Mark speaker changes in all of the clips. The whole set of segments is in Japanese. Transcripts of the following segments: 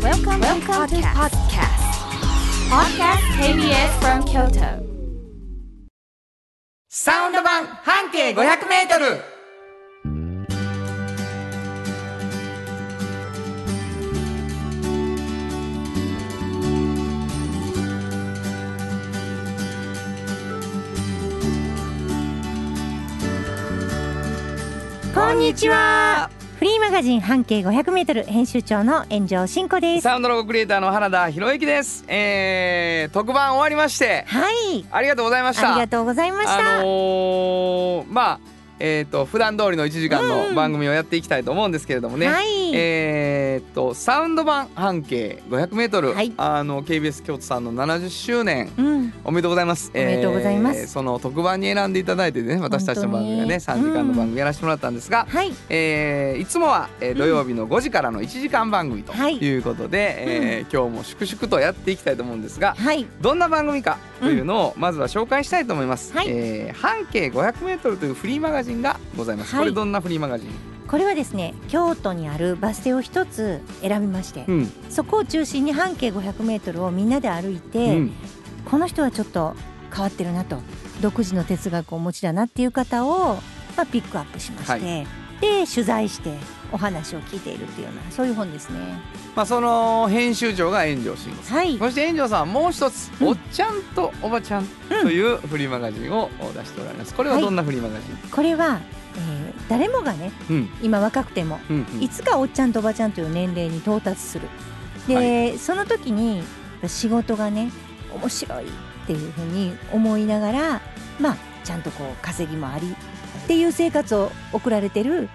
Speaker 1: Welcome, Welcome to podcast. Podcast KBS from Kyoto.
Speaker 2: サウンド版半径500メートル
Speaker 3: こんにちはフリーマガジン半径500メートル編集長の炎上真子です
Speaker 2: サウンドロゴクリエイターの原田博之です。えー、特番終わりまして、
Speaker 3: はい
Speaker 2: ありがとうございました。
Speaker 3: ありがとうございました、
Speaker 2: あのーまあ、えっ、と、普段通りの1時間の番組をやっていきたいと思うんですけれどもね。
Speaker 3: はい、
Speaker 2: えーっとサウンド版半径 500m、
Speaker 3: はい
Speaker 2: あの KBS 京都さんの70周年
Speaker 3: うん
Speaker 2: おめでとうございます
Speaker 3: おめでとうございます
Speaker 2: その特番に選んでいただいてね私たちの番組がね3
Speaker 3: 本当
Speaker 2: 時
Speaker 3: に
Speaker 2: 間の番組やらせてもらったんですが、
Speaker 3: はい
Speaker 2: えーいつもは、えー土曜日の5時からの1時間番組と
Speaker 3: はい
Speaker 2: いうことで、えー今日も粛々とやっていきたいと思うんですが
Speaker 3: はい
Speaker 2: どんな番組かというのをまずは紹介したいと思います、
Speaker 3: はい
Speaker 2: えー半径 500m というフリーマガジンがございます、
Speaker 3: はい
Speaker 2: これどんなフリーマガジン、
Speaker 3: これはですね京都にあるバス停を一つ選びまして、
Speaker 2: うん
Speaker 3: そこを中心に半径500メートルをみんなで歩いて、
Speaker 2: うん
Speaker 3: この人はちょっと変わってるなと独自の哲学をお持ちだなっていう方を、まあ、ピックアップしまして、
Speaker 2: はい
Speaker 3: で取材してお話を聞いているっていうようなそういう本ですね
Speaker 2: まあ、その編集長が炎上慎吾さん
Speaker 3: はい
Speaker 2: そして炎上さんはもう一つ「
Speaker 3: うん
Speaker 2: おっちゃんとおばちゃん」というフリーマガジンを出しておられますこれはどんなフリーマガジン、
Speaker 3: これは、えー誰もがね
Speaker 2: うん
Speaker 3: 今若くても
Speaker 2: うん
Speaker 3: いつかおっちゃんとおばちゃんという年齢に到達するで、その時に仕事がね面白いっていうふうに思いながらまあちゃんとこう稼ぎもありっていう生活を送られてる、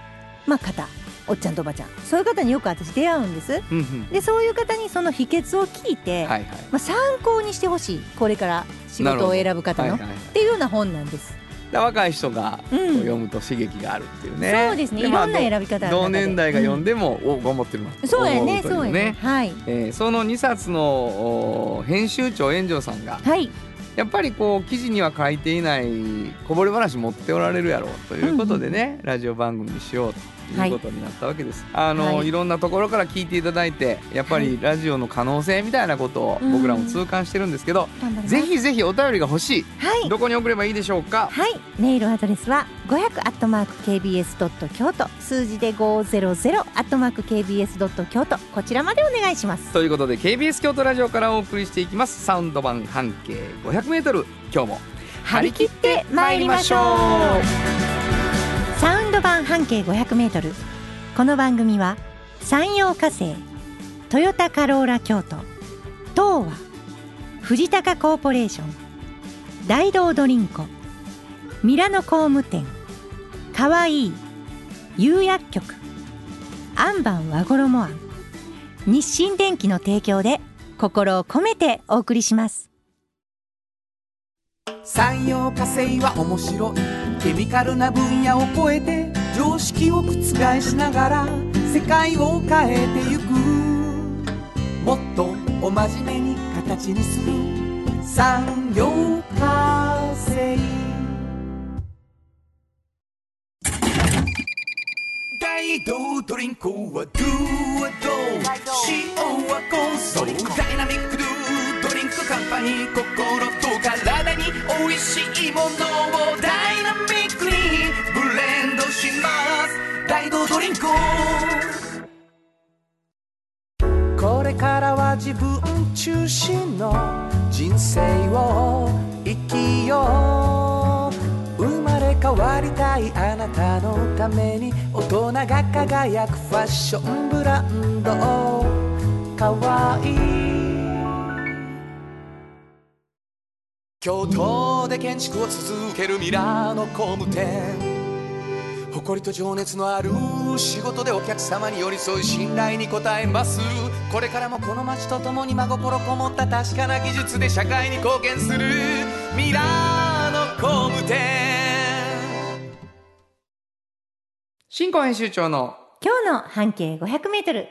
Speaker 3: まあ、方おっちゃんとおばちゃんそういう方によく私出会うんです
Speaker 2: うんうん
Speaker 3: でそういう方にその秘訣を聞いて、
Speaker 2: はいはい
Speaker 3: まあ、参考にしてほしいこれから仕事を選ぶ方
Speaker 2: は
Speaker 3: の、
Speaker 2: いはい
Speaker 3: っていうような本なんです。
Speaker 2: で若い人が
Speaker 3: う
Speaker 2: こうん読むと刺激があるっていうね、
Speaker 3: そうですね。いろんな
Speaker 2: まあ
Speaker 3: 選び方ある中で
Speaker 2: 同年代が読んでも、お頑張ってるな
Speaker 3: うんそうやね、
Speaker 2: と
Speaker 3: そ
Speaker 2: 思
Speaker 3: う
Speaker 2: とい
Speaker 3: やね。はい。
Speaker 2: えーその2冊のお編集長炎上さんが
Speaker 3: はい。
Speaker 2: やっぱりこう記事には書いていないこぼれ話持っておられるやろうということでね、ラジオ番組にしようということになったわけです、い、あの、
Speaker 3: はい
Speaker 2: い、ろんなところから聞いていただいてやっぱりラジオの可能性みたいなことを僕らも痛感してるんですけど、
Speaker 3: 頑張ります
Speaker 2: ぜ。ひぜひお便りが欲しい
Speaker 3: はい。
Speaker 2: どこに送ればいいでしょうか
Speaker 3: はい。メールアドレスは500アットマーク kbs ドット京都、数字で500アットマーク kbs ドット京都こちらまでお願いします。
Speaker 2: ということで KBS 京都ラジオからお送りしていきますサウンド版半径 500m 今日も
Speaker 3: 張り切って参りましょうサウンド版半径500メートルこの番組は山陽火星トヨタカローラ京都東和藤高コーポレーション大道ドリンコミラノ工務店かわいい釉薬局アンバン和衣あん日清電機の提供で心を込めてお送りします
Speaker 4: 産業化成は面白いケミカルな分野を超えて常識を覆しながら世界を変えてゆくもっとお真面目に形にする産業化成大道ドリンクはドゥはドゥ塩はコンソメダイナミックドゥドリンクカンパニー心と体に美味しいものをダイナミックにブレンドします大道ドリンクこれからは自分中心の人生を生きよう生まれ変わりたいあなたのために大人が輝くファッションブランドかわいい京都で建築を続けるミラノ工務店誇りと情熱のある仕事でお客様に寄り添い信頼に応えますこれからもこの街とともに真心こもった確かな技術で社会に貢献するミラーの工務店
Speaker 2: 新婚編集長の
Speaker 3: 今日の半径500メートル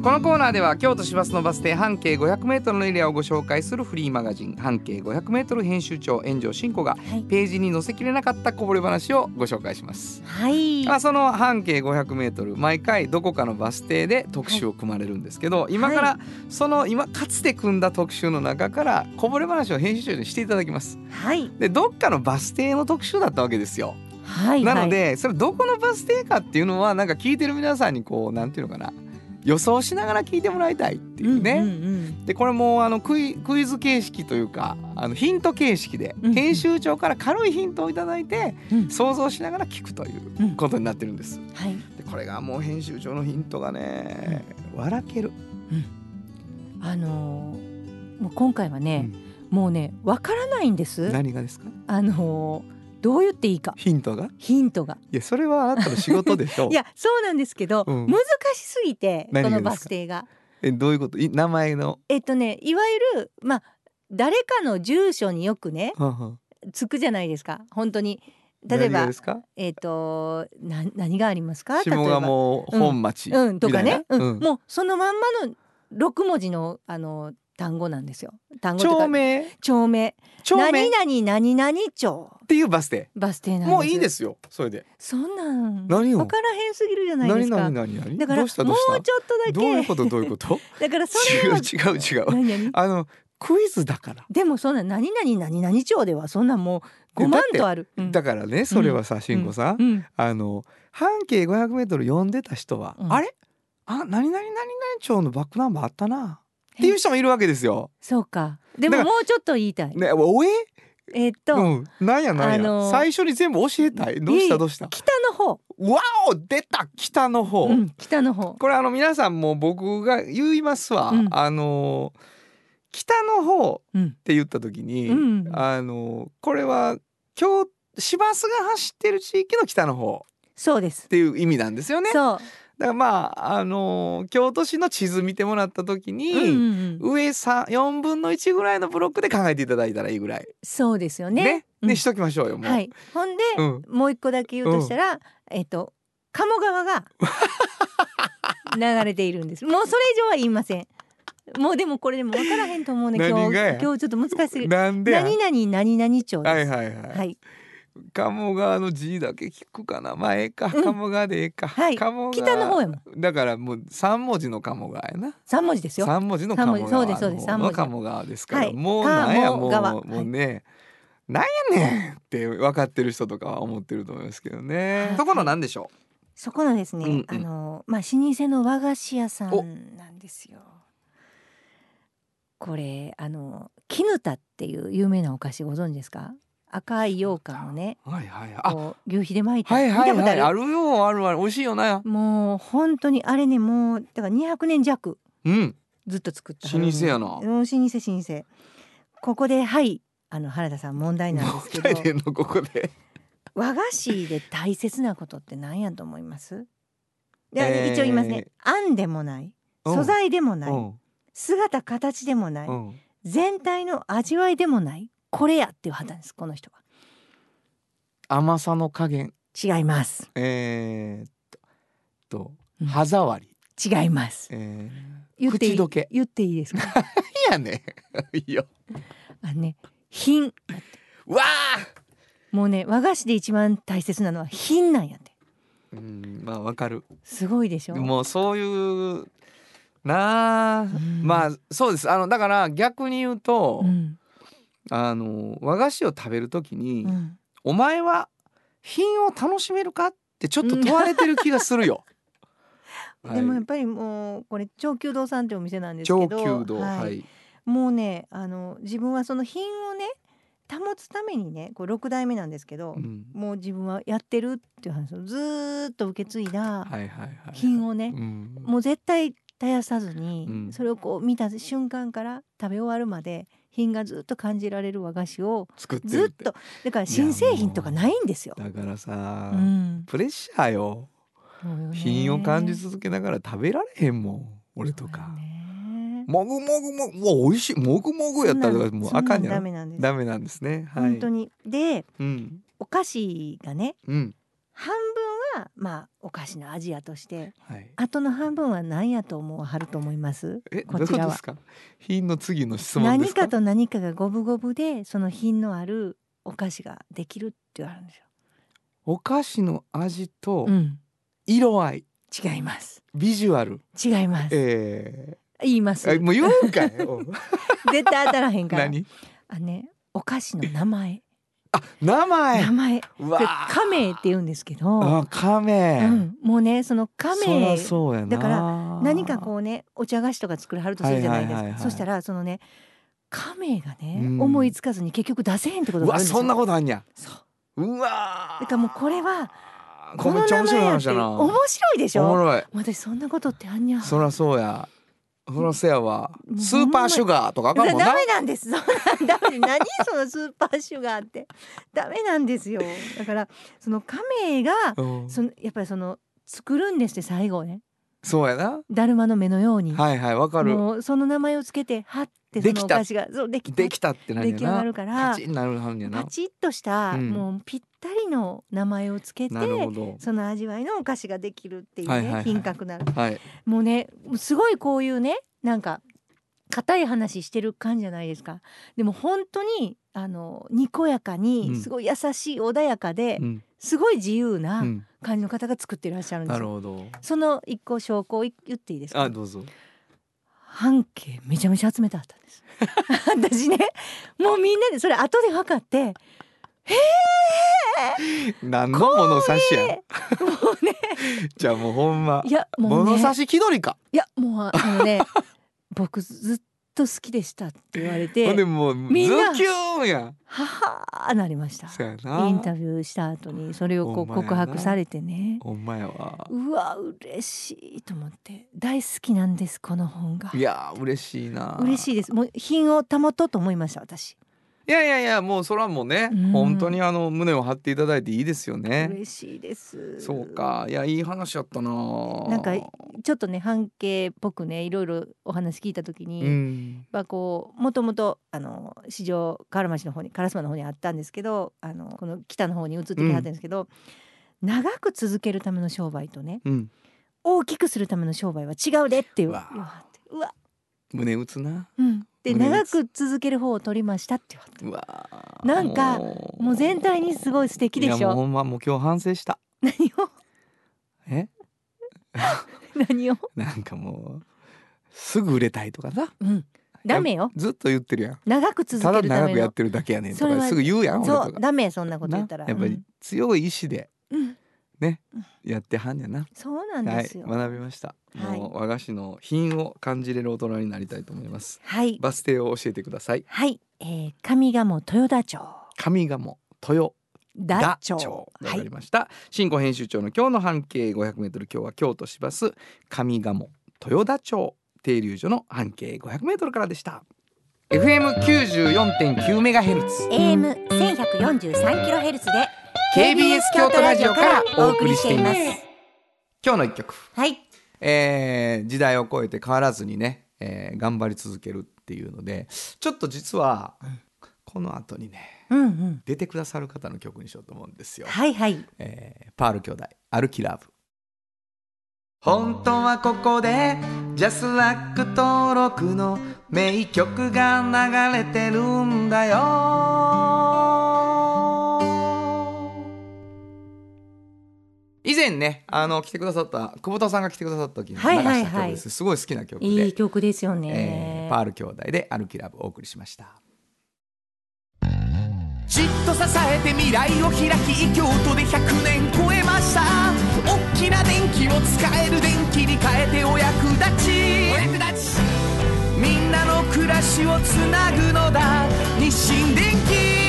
Speaker 2: このコーナーでは京都市バスのバス停半径 500m のエリアをご紹介するフリーマガジン「半径 500m」編集長炎上真子が
Speaker 3: はい
Speaker 2: ページに載せきれなかったこぼれ話をご紹介します。
Speaker 3: はい
Speaker 2: まあ、その半径 500m 毎回どこかのバス停で特集を組まれるんですけど、今からその今かつて組んだ特集の中からこぼれ話を編集長にしていただきます。
Speaker 3: はい
Speaker 2: でどっかのバス停の特集だったわけですよ。
Speaker 3: はい
Speaker 2: なのでそれどこのバス停かっていうのはなんか聞いてる皆さんにこうなんていうのかな予想しながら聞いてもらいたいっていうね。
Speaker 3: うんうん
Speaker 2: でこれもあのクイクイズ形式というかあのヒント形式で
Speaker 3: うんうん
Speaker 2: 編集長から軽いヒントをいただいて
Speaker 3: うんうん
Speaker 2: 想像しながら聞くとい
Speaker 3: うん
Speaker 2: うことになってるんです。
Speaker 3: はい
Speaker 2: でこれがもう編集長のヒントがね笑ける。
Speaker 3: あのーもう今回はね、もうねわからないんです
Speaker 2: 何がですか
Speaker 3: あのーどう言っていいか
Speaker 2: ヒントがい
Speaker 3: ヒントが
Speaker 2: やそれはあなたの仕事でし ょ
Speaker 3: いやそうなんですけど、
Speaker 2: うん
Speaker 3: 難しすぎてこ
Speaker 2: 何が
Speaker 3: の
Speaker 2: ですか
Speaker 3: バス停が
Speaker 2: えどういうことい名前の。
Speaker 3: えっとねいわゆるまあ誰かの住所によくね
Speaker 2: はんはん
Speaker 3: つくじゃないですか本当に例え
Speaker 2: 何が
Speaker 3: ば
Speaker 2: ですか
Speaker 3: えっ、とな何がありますか
Speaker 2: 下
Speaker 3: 例え
Speaker 2: が
Speaker 3: ば
Speaker 2: もう本町みたいな、
Speaker 3: うんとかね、うん
Speaker 2: うん
Speaker 3: もうそのまんまの六文字のあの単語なんですよ単語とか
Speaker 2: 町名
Speaker 3: 町名
Speaker 2: 町名っ
Speaker 3: 何々何々町
Speaker 2: ていうバス停
Speaker 3: バス停なんです
Speaker 2: もういいですよそれで
Speaker 3: そんなん
Speaker 2: 何を
Speaker 3: 分からへんすぎるじゃないで
Speaker 2: 何
Speaker 3: すか
Speaker 2: 何何何
Speaker 3: だからも
Speaker 2: どう
Speaker 3: う
Speaker 2: し
Speaker 3: ちょ
Speaker 2: た
Speaker 3: っ
Speaker 2: ど
Speaker 3: と
Speaker 2: うした
Speaker 3: だけ
Speaker 2: どういうことどういうこと
Speaker 3: だからそれを
Speaker 2: 違う違う違う
Speaker 3: 何々
Speaker 2: あのクイズだから、
Speaker 3: でもそんな何々何々町ではそんなんもう5万とある
Speaker 2: だからねそれはさ慎吾さん、
Speaker 3: うん
Speaker 2: あの半径 500m 読んでた人は、
Speaker 3: うん
Speaker 2: あれあ何々何々町のバックナンバーあったなっていう人もいるわけですよ。
Speaker 3: そうかで
Speaker 2: だ
Speaker 3: も
Speaker 2: から
Speaker 3: もうちょっと言いたい
Speaker 2: ねおえ
Speaker 3: えっと、
Speaker 2: うんなんやなんや、
Speaker 3: あのー
Speaker 2: 最初に全部教えたいどう
Speaker 3: いえ
Speaker 2: し
Speaker 3: いえ
Speaker 2: たどうした
Speaker 3: 北の方、
Speaker 2: わお出た北の方、
Speaker 3: うん、北の方
Speaker 2: これあの皆さんも僕が言いますわ、
Speaker 3: うん
Speaker 2: あのー北の方
Speaker 3: うん
Speaker 2: って言った時に、
Speaker 3: うん
Speaker 2: あのーこれは京市バスが走ってる地域の北の方
Speaker 3: そうです
Speaker 2: っ、ていう意味なんですよね。だか
Speaker 3: そう、
Speaker 2: らまああのー京都市の地図見てもらった時に、
Speaker 3: うんうんうん、
Speaker 2: 上さ4分の1ぐらいのブロックで考えていただいたらいいぐらい
Speaker 3: そうですよ
Speaker 2: ね
Speaker 3: ね
Speaker 2: ね
Speaker 3: うん
Speaker 2: しときましょうよもう。
Speaker 3: はいほんで、
Speaker 2: うん
Speaker 3: もう一個だけ言うとしたら、えっと鴨川が流れている んですもうそれ以上は言いませんもうでもこれでも分からへんと思うね今
Speaker 2: 何
Speaker 3: 日
Speaker 2: がや
Speaker 3: 今日ちょっと難しすぎる
Speaker 2: なんでや
Speaker 3: 何々何々町です
Speaker 2: はいはいはい、
Speaker 3: はい
Speaker 2: 鴨川の字だけ聞くかなまあええか
Speaker 3: うん
Speaker 2: 鴨川でええか、
Speaker 3: はい
Speaker 2: 鴨川
Speaker 3: 北の方やもん
Speaker 2: だからもう三文字の鴨川やな。
Speaker 3: 三文字ですよ
Speaker 2: 三文字の鴨川
Speaker 3: 三文字そうですそうです三
Speaker 2: の方の
Speaker 3: 文字
Speaker 2: 鴨川ですから、
Speaker 3: はい
Speaker 2: もうなんや
Speaker 3: 鴨
Speaker 2: もう
Speaker 3: 川
Speaker 2: もう
Speaker 3: はい
Speaker 2: ね、なんやねんって分かってる人とかは思ってると思いますけどね。
Speaker 3: はい
Speaker 2: そこのなんでしょ
Speaker 3: そこのですね、
Speaker 2: うんうん
Speaker 3: あのまあ老舗の和菓子屋さ
Speaker 2: お
Speaker 3: んなんですよ。これあの絹田っていう有名なお菓子ご存知ですか？赤い羊羹をね、
Speaker 2: う。はいはいはい。あ
Speaker 3: こう牛皮で巻いて、
Speaker 2: はいはい
Speaker 3: 見たこ
Speaker 2: は
Speaker 3: と
Speaker 2: い
Speaker 3: あ
Speaker 2: あ
Speaker 3: る。
Speaker 2: るよあるある美味しいよな。
Speaker 3: もう本当にあれねもうだから200年弱
Speaker 2: うん
Speaker 3: ずっと作った
Speaker 2: 老舗やな
Speaker 3: う。ん老舗老舗ここではいあの原田さん問題なんですけ
Speaker 2: 大
Speaker 3: ど
Speaker 2: 変のここで。
Speaker 3: 和菓子で大切なことって何やと思いますで、あの
Speaker 2: えー
Speaker 3: 一応言いますねあんでもない
Speaker 2: うん
Speaker 3: 素材でもない、
Speaker 2: うん
Speaker 3: 姿形でもない、
Speaker 2: うん。
Speaker 3: 全体の味わいでもないこれやっていう判断ですこの人
Speaker 2: 甘さの加
Speaker 3: は
Speaker 2: 減
Speaker 3: 違います
Speaker 2: えー、っと
Speaker 3: うん
Speaker 2: 歯触り。
Speaker 3: 違います
Speaker 2: えー
Speaker 3: 言っていい
Speaker 2: 口どけ
Speaker 3: 言っていいですか
Speaker 2: いやね。 いいよ。
Speaker 3: あのね品
Speaker 2: わ
Speaker 3: もうね和菓子で一番大切なのは品なんやって
Speaker 2: ーうん、まあわかる。
Speaker 3: すごいでしょ
Speaker 2: もうそういうなあ、
Speaker 3: ん
Speaker 2: まあそうです。あのだから逆に言うと、
Speaker 3: うん
Speaker 2: あの和菓子を食べるときに、
Speaker 3: うん
Speaker 2: お前は品を楽しめるかってちょっと問われてる気がするよ。 はい
Speaker 3: でもやっぱりもうこれ長久堂さんってお店なんですけど
Speaker 2: 上級道はい。
Speaker 3: もうねあの自分はその品をね保つためにねこれ6代目なんですけど、
Speaker 2: うん
Speaker 3: もう自分はやってるっていう話をずーっと受け継いだ
Speaker 2: はいはいはい。
Speaker 3: 品をね、
Speaker 2: うん。
Speaker 3: もう絶対絶やさずに、
Speaker 2: うん
Speaker 3: それをこう見た瞬間から食べ終わるまで品がずっと感じられる和菓子を
Speaker 2: 作ってる
Speaker 3: ず
Speaker 2: っ
Speaker 3: ってとだから新製品とかないんですよ。
Speaker 2: だからさ、
Speaker 3: うん
Speaker 2: プレッシャーよ。
Speaker 3: そうよね
Speaker 2: 品を感じ続けながら食べられへんもん。俺とか。もぐもぐもぐ、うわ、美味しい、もぐも
Speaker 3: そう
Speaker 2: ぐ
Speaker 3: よ
Speaker 2: やっ
Speaker 3: ね
Speaker 2: たら、もう
Speaker 3: そん
Speaker 2: あ
Speaker 3: な
Speaker 2: かん
Speaker 3: ん
Speaker 2: や
Speaker 3: ダ
Speaker 2: ろ。
Speaker 3: メなんです。
Speaker 2: ダメなんですね。はい。
Speaker 3: 本当にで
Speaker 2: うん、
Speaker 3: お菓子がね
Speaker 2: うん、
Speaker 3: 半分が、まあ、お菓子のアジアとして
Speaker 2: はい。
Speaker 3: あとの半分は何やと思うはると思います
Speaker 2: え、どうい
Speaker 3: こ
Speaker 2: う
Speaker 3: ち
Speaker 2: こと
Speaker 3: ら
Speaker 2: で
Speaker 3: は
Speaker 2: すか。品の次の質問で
Speaker 3: 何
Speaker 2: すか。
Speaker 3: かと何かが五分五分でその品のあるお菓子ができるってあるんですよ、
Speaker 2: お菓子の味と
Speaker 3: ん、
Speaker 2: 色合い、
Speaker 3: 違います
Speaker 2: ビジュアル。
Speaker 3: 違います
Speaker 2: え
Speaker 3: 言いま
Speaker 2: え。あ
Speaker 3: す
Speaker 2: もう言う んかい。お
Speaker 3: 絶対当たらへんから
Speaker 2: 何。
Speaker 3: あねお菓子の名前
Speaker 2: あ、名前
Speaker 3: 名。前
Speaker 2: う
Speaker 3: これ
Speaker 2: わあ。
Speaker 3: カメって言うんですけど、
Speaker 2: あ、カ
Speaker 3: う
Speaker 2: メ。
Speaker 3: ん、もうねそのカ
Speaker 2: そ
Speaker 3: メ
Speaker 2: らそうやな。
Speaker 3: だから何かこうねお茶菓子とか作るはるとするじゃないですか、
Speaker 2: はいはいはいはい
Speaker 3: そしたらそのねカメがね、
Speaker 2: うん
Speaker 3: 思いつかずに結局出せへんってこと
Speaker 2: う
Speaker 3: があ
Speaker 2: わ、
Speaker 3: るんです
Speaker 2: そ
Speaker 3: よ
Speaker 2: んなことあんにゃ。
Speaker 3: そう
Speaker 2: うわー。
Speaker 3: だからもうこれは
Speaker 2: これめっちゃ面白い話だな。
Speaker 3: 面白いでし
Speaker 2: おも
Speaker 3: ょ
Speaker 2: ろい。
Speaker 3: 私そんなことってあんにゃ
Speaker 2: そらそうや。そらそうやわ
Speaker 3: もうほん。ま
Speaker 2: スーパーシュガーとかあかん
Speaker 3: だ
Speaker 2: もん
Speaker 3: ダ
Speaker 2: な。
Speaker 3: メなんです。そうなんダメ。何そのスーパーシュガーってダメなんですよ。だからそのカメが
Speaker 2: うん
Speaker 3: そのやっぱりその作るんですって最後ね。
Speaker 2: そうやな。
Speaker 3: だるまの目のように。
Speaker 2: はいはい、わかる。
Speaker 3: もうその名前をつけてはってそ
Speaker 2: で
Speaker 3: の
Speaker 2: き
Speaker 3: お
Speaker 2: た
Speaker 3: 菓子がそうできた
Speaker 2: できたってなん
Speaker 3: 出
Speaker 2: や
Speaker 3: 来上が
Speaker 2: な。
Speaker 3: るか
Speaker 2: パ
Speaker 3: ら
Speaker 2: チンなるはんやな
Speaker 3: パ。チッとした、
Speaker 2: うん
Speaker 3: もうぴったりの名前をつけて
Speaker 2: なるほど。
Speaker 3: その味わいのお菓子ができるっていうね、
Speaker 2: はいはいはい
Speaker 3: 品格なる
Speaker 2: はい。
Speaker 3: もうねもうすごいこういうねなんか硬い話してる感じじゃないですかでも本当にあのにこやか
Speaker 2: う
Speaker 3: に
Speaker 2: ん
Speaker 3: すごい優しい穏やかで、
Speaker 2: うん。
Speaker 3: すごい自由
Speaker 2: う。
Speaker 3: なん感じの方が作っていらっしゃるんで
Speaker 2: な
Speaker 3: す
Speaker 2: る
Speaker 3: よ
Speaker 2: ほど。
Speaker 3: その一個証拠を言っていいですか
Speaker 2: あ、どうぞ。
Speaker 3: 半径めちゃめちゃ集めてあったんです 私ねもうみんなでそれ後で測って
Speaker 2: 何の物差しや。
Speaker 3: もうね
Speaker 2: じゃあもうほんま
Speaker 3: い。やもうね
Speaker 2: 物差し気取りか。
Speaker 3: いやもうあのね僕ずっと好きでしたって言われ
Speaker 2: ほ
Speaker 3: て
Speaker 2: んでもうズ
Speaker 3: みんな
Speaker 2: キューンやん。
Speaker 3: ははーなりました
Speaker 2: そうやな。
Speaker 3: インタビューした後にそれをこう
Speaker 2: ほんまやな
Speaker 3: 告白されてね
Speaker 2: ほんまやわ。
Speaker 3: うわ嬉しいと思って大好きなんですこの本が
Speaker 2: いやー嬉しいな。
Speaker 3: 嬉しいですもう品を保とうと思いました私
Speaker 2: いやいやいやもうそれはもうね、
Speaker 3: うん
Speaker 2: 本当にあの胸を張っていただいていいですよね。
Speaker 3: 嬉しいです
Speaker 2: そうかいやいい話やったな。
Speaker 3: なんかちょっとね半径っぽくねいろいろお話聞いた時に、
Speaker 2: うん
Speaker 3: まあこうもともとあの市場河原町の方に烏丸の方にあったんですけどあのこの北の方に移ってきはったんですけど、長く続けるための商売とね
Speaker 2: うん
Speaker 3: 大きくするための商売は違うでっていう言
Speaker 2: うわ
Speaker 3: わはってうわ
Speaker 2: 胸打つな。
Speaker 3: うんで
Speaker 2: 胸打
Speaker 3: 長
Speaker 2: つ
Speaker 3: く続ける方を取りましたって言わはって
Speaker 2: うわー。
Speaker 3: なんか
Speaker 2: も
Speaker 3: もう全体にすごい素敵で
Speaker 2: い
Speaker 3: し
Speaker 2: やも
Speaker 3: ょ
Speaker 2: うほんまもう今日反省した。
Speaker 3: 何を
Speaker 2: え
Speaker 3: 何を
Speaker 2: なんかもうすぐ売れたいとかさ。
Speaker 3: うんダメよ
Speaker 2: ずっと言ってるやん。
Speaker 3: 長く続
Speaker 2: た
Speaker 3: け
Speaker 2: だ
Speaker 3: るた
Speaker 2: 長
Speaker 3: め
Speaker 2: くやっ
Speaker 3: の
Speaker 2: てるだけやねんと
Speaker 3: それ
Speaker 2: か
Speaker 3: は
Speaker 2: すぐ言うやん俺
Speaker 3: そ
Speaker 2: と
Speaker 3: う
Speaker 2: か。
Speaker 3: ダメそんなこと言ったら
Speaker 2: なやっぱ
Speaker 3: う
Speaker 2: り
Speaker 3: ん
Speaker 2: 強い意志で
Speaker 3: うん
Speaker 2: やってはんやな。
Speaker 3: そうなん
Speaker 2: は
Speaker 3: で
Speaker 2: い
Speaker 3: すよ
Speaker 2: 学びました。
Speaker 3: はい
Speaker 2: もう和菓子の品を感じれる大人になりたいと思います。
Speaker 3: はい
Speaker 2: バス停を教えてください。
Speaker 3: はい、えー、上賀茂豊田町
Speaker 2: 上賀茂豊
Speaker 3: 田
Speaker 2: 田
Speaker 3: 町
Speaker 2: 町。わ
Speaker 3: は
Speaker 2: か
Speaker 3: い
Speaker 2: りました。新語編集長の今日の半径500メートル。今日は京都市バス上賀茂豊田町停留所の半径500メートルからでした。FM 94.9メガヘルツ
Speaker 3: AM 千百四十三キロヘルツで
Speaker 2: KBS 京都ラジオからお送りしています。今日の一曲。
Speaker 3: はい
Speaker 2: えー時代を超えて変わらずにね、えー頑張り続けるっていうのでちょっと実はこの後にね
Speaker 3: うんうん
Speaker 2: 出てくださる方の曲にしようと思うんですよ、
Speaker 3: はいはい
Speaker 2: えーパール兄弟歩きラブ本当はここでジャスラック登録の名曲が流れてるんだよ以前ねあの来てくださった久保田さんが来てくださった時に流した
Speaker 3: はい
Speaker 2: 曲です、
Speaker 3: はいはい
Speaker 2: すごい好きな曲で
Speaker 3: いい曲ですよ
Speaker 2: え
Speaker 3: ね、
Speaker 2: ーパール兄弟で「歩きラブ」お送りしました。
Speaker 4: じっと支えて未来を開き京都で100年超えました大きな電気を使える電気に変えてお役立ちお役立ちみんなの暮らしをつなぐのだ日清電気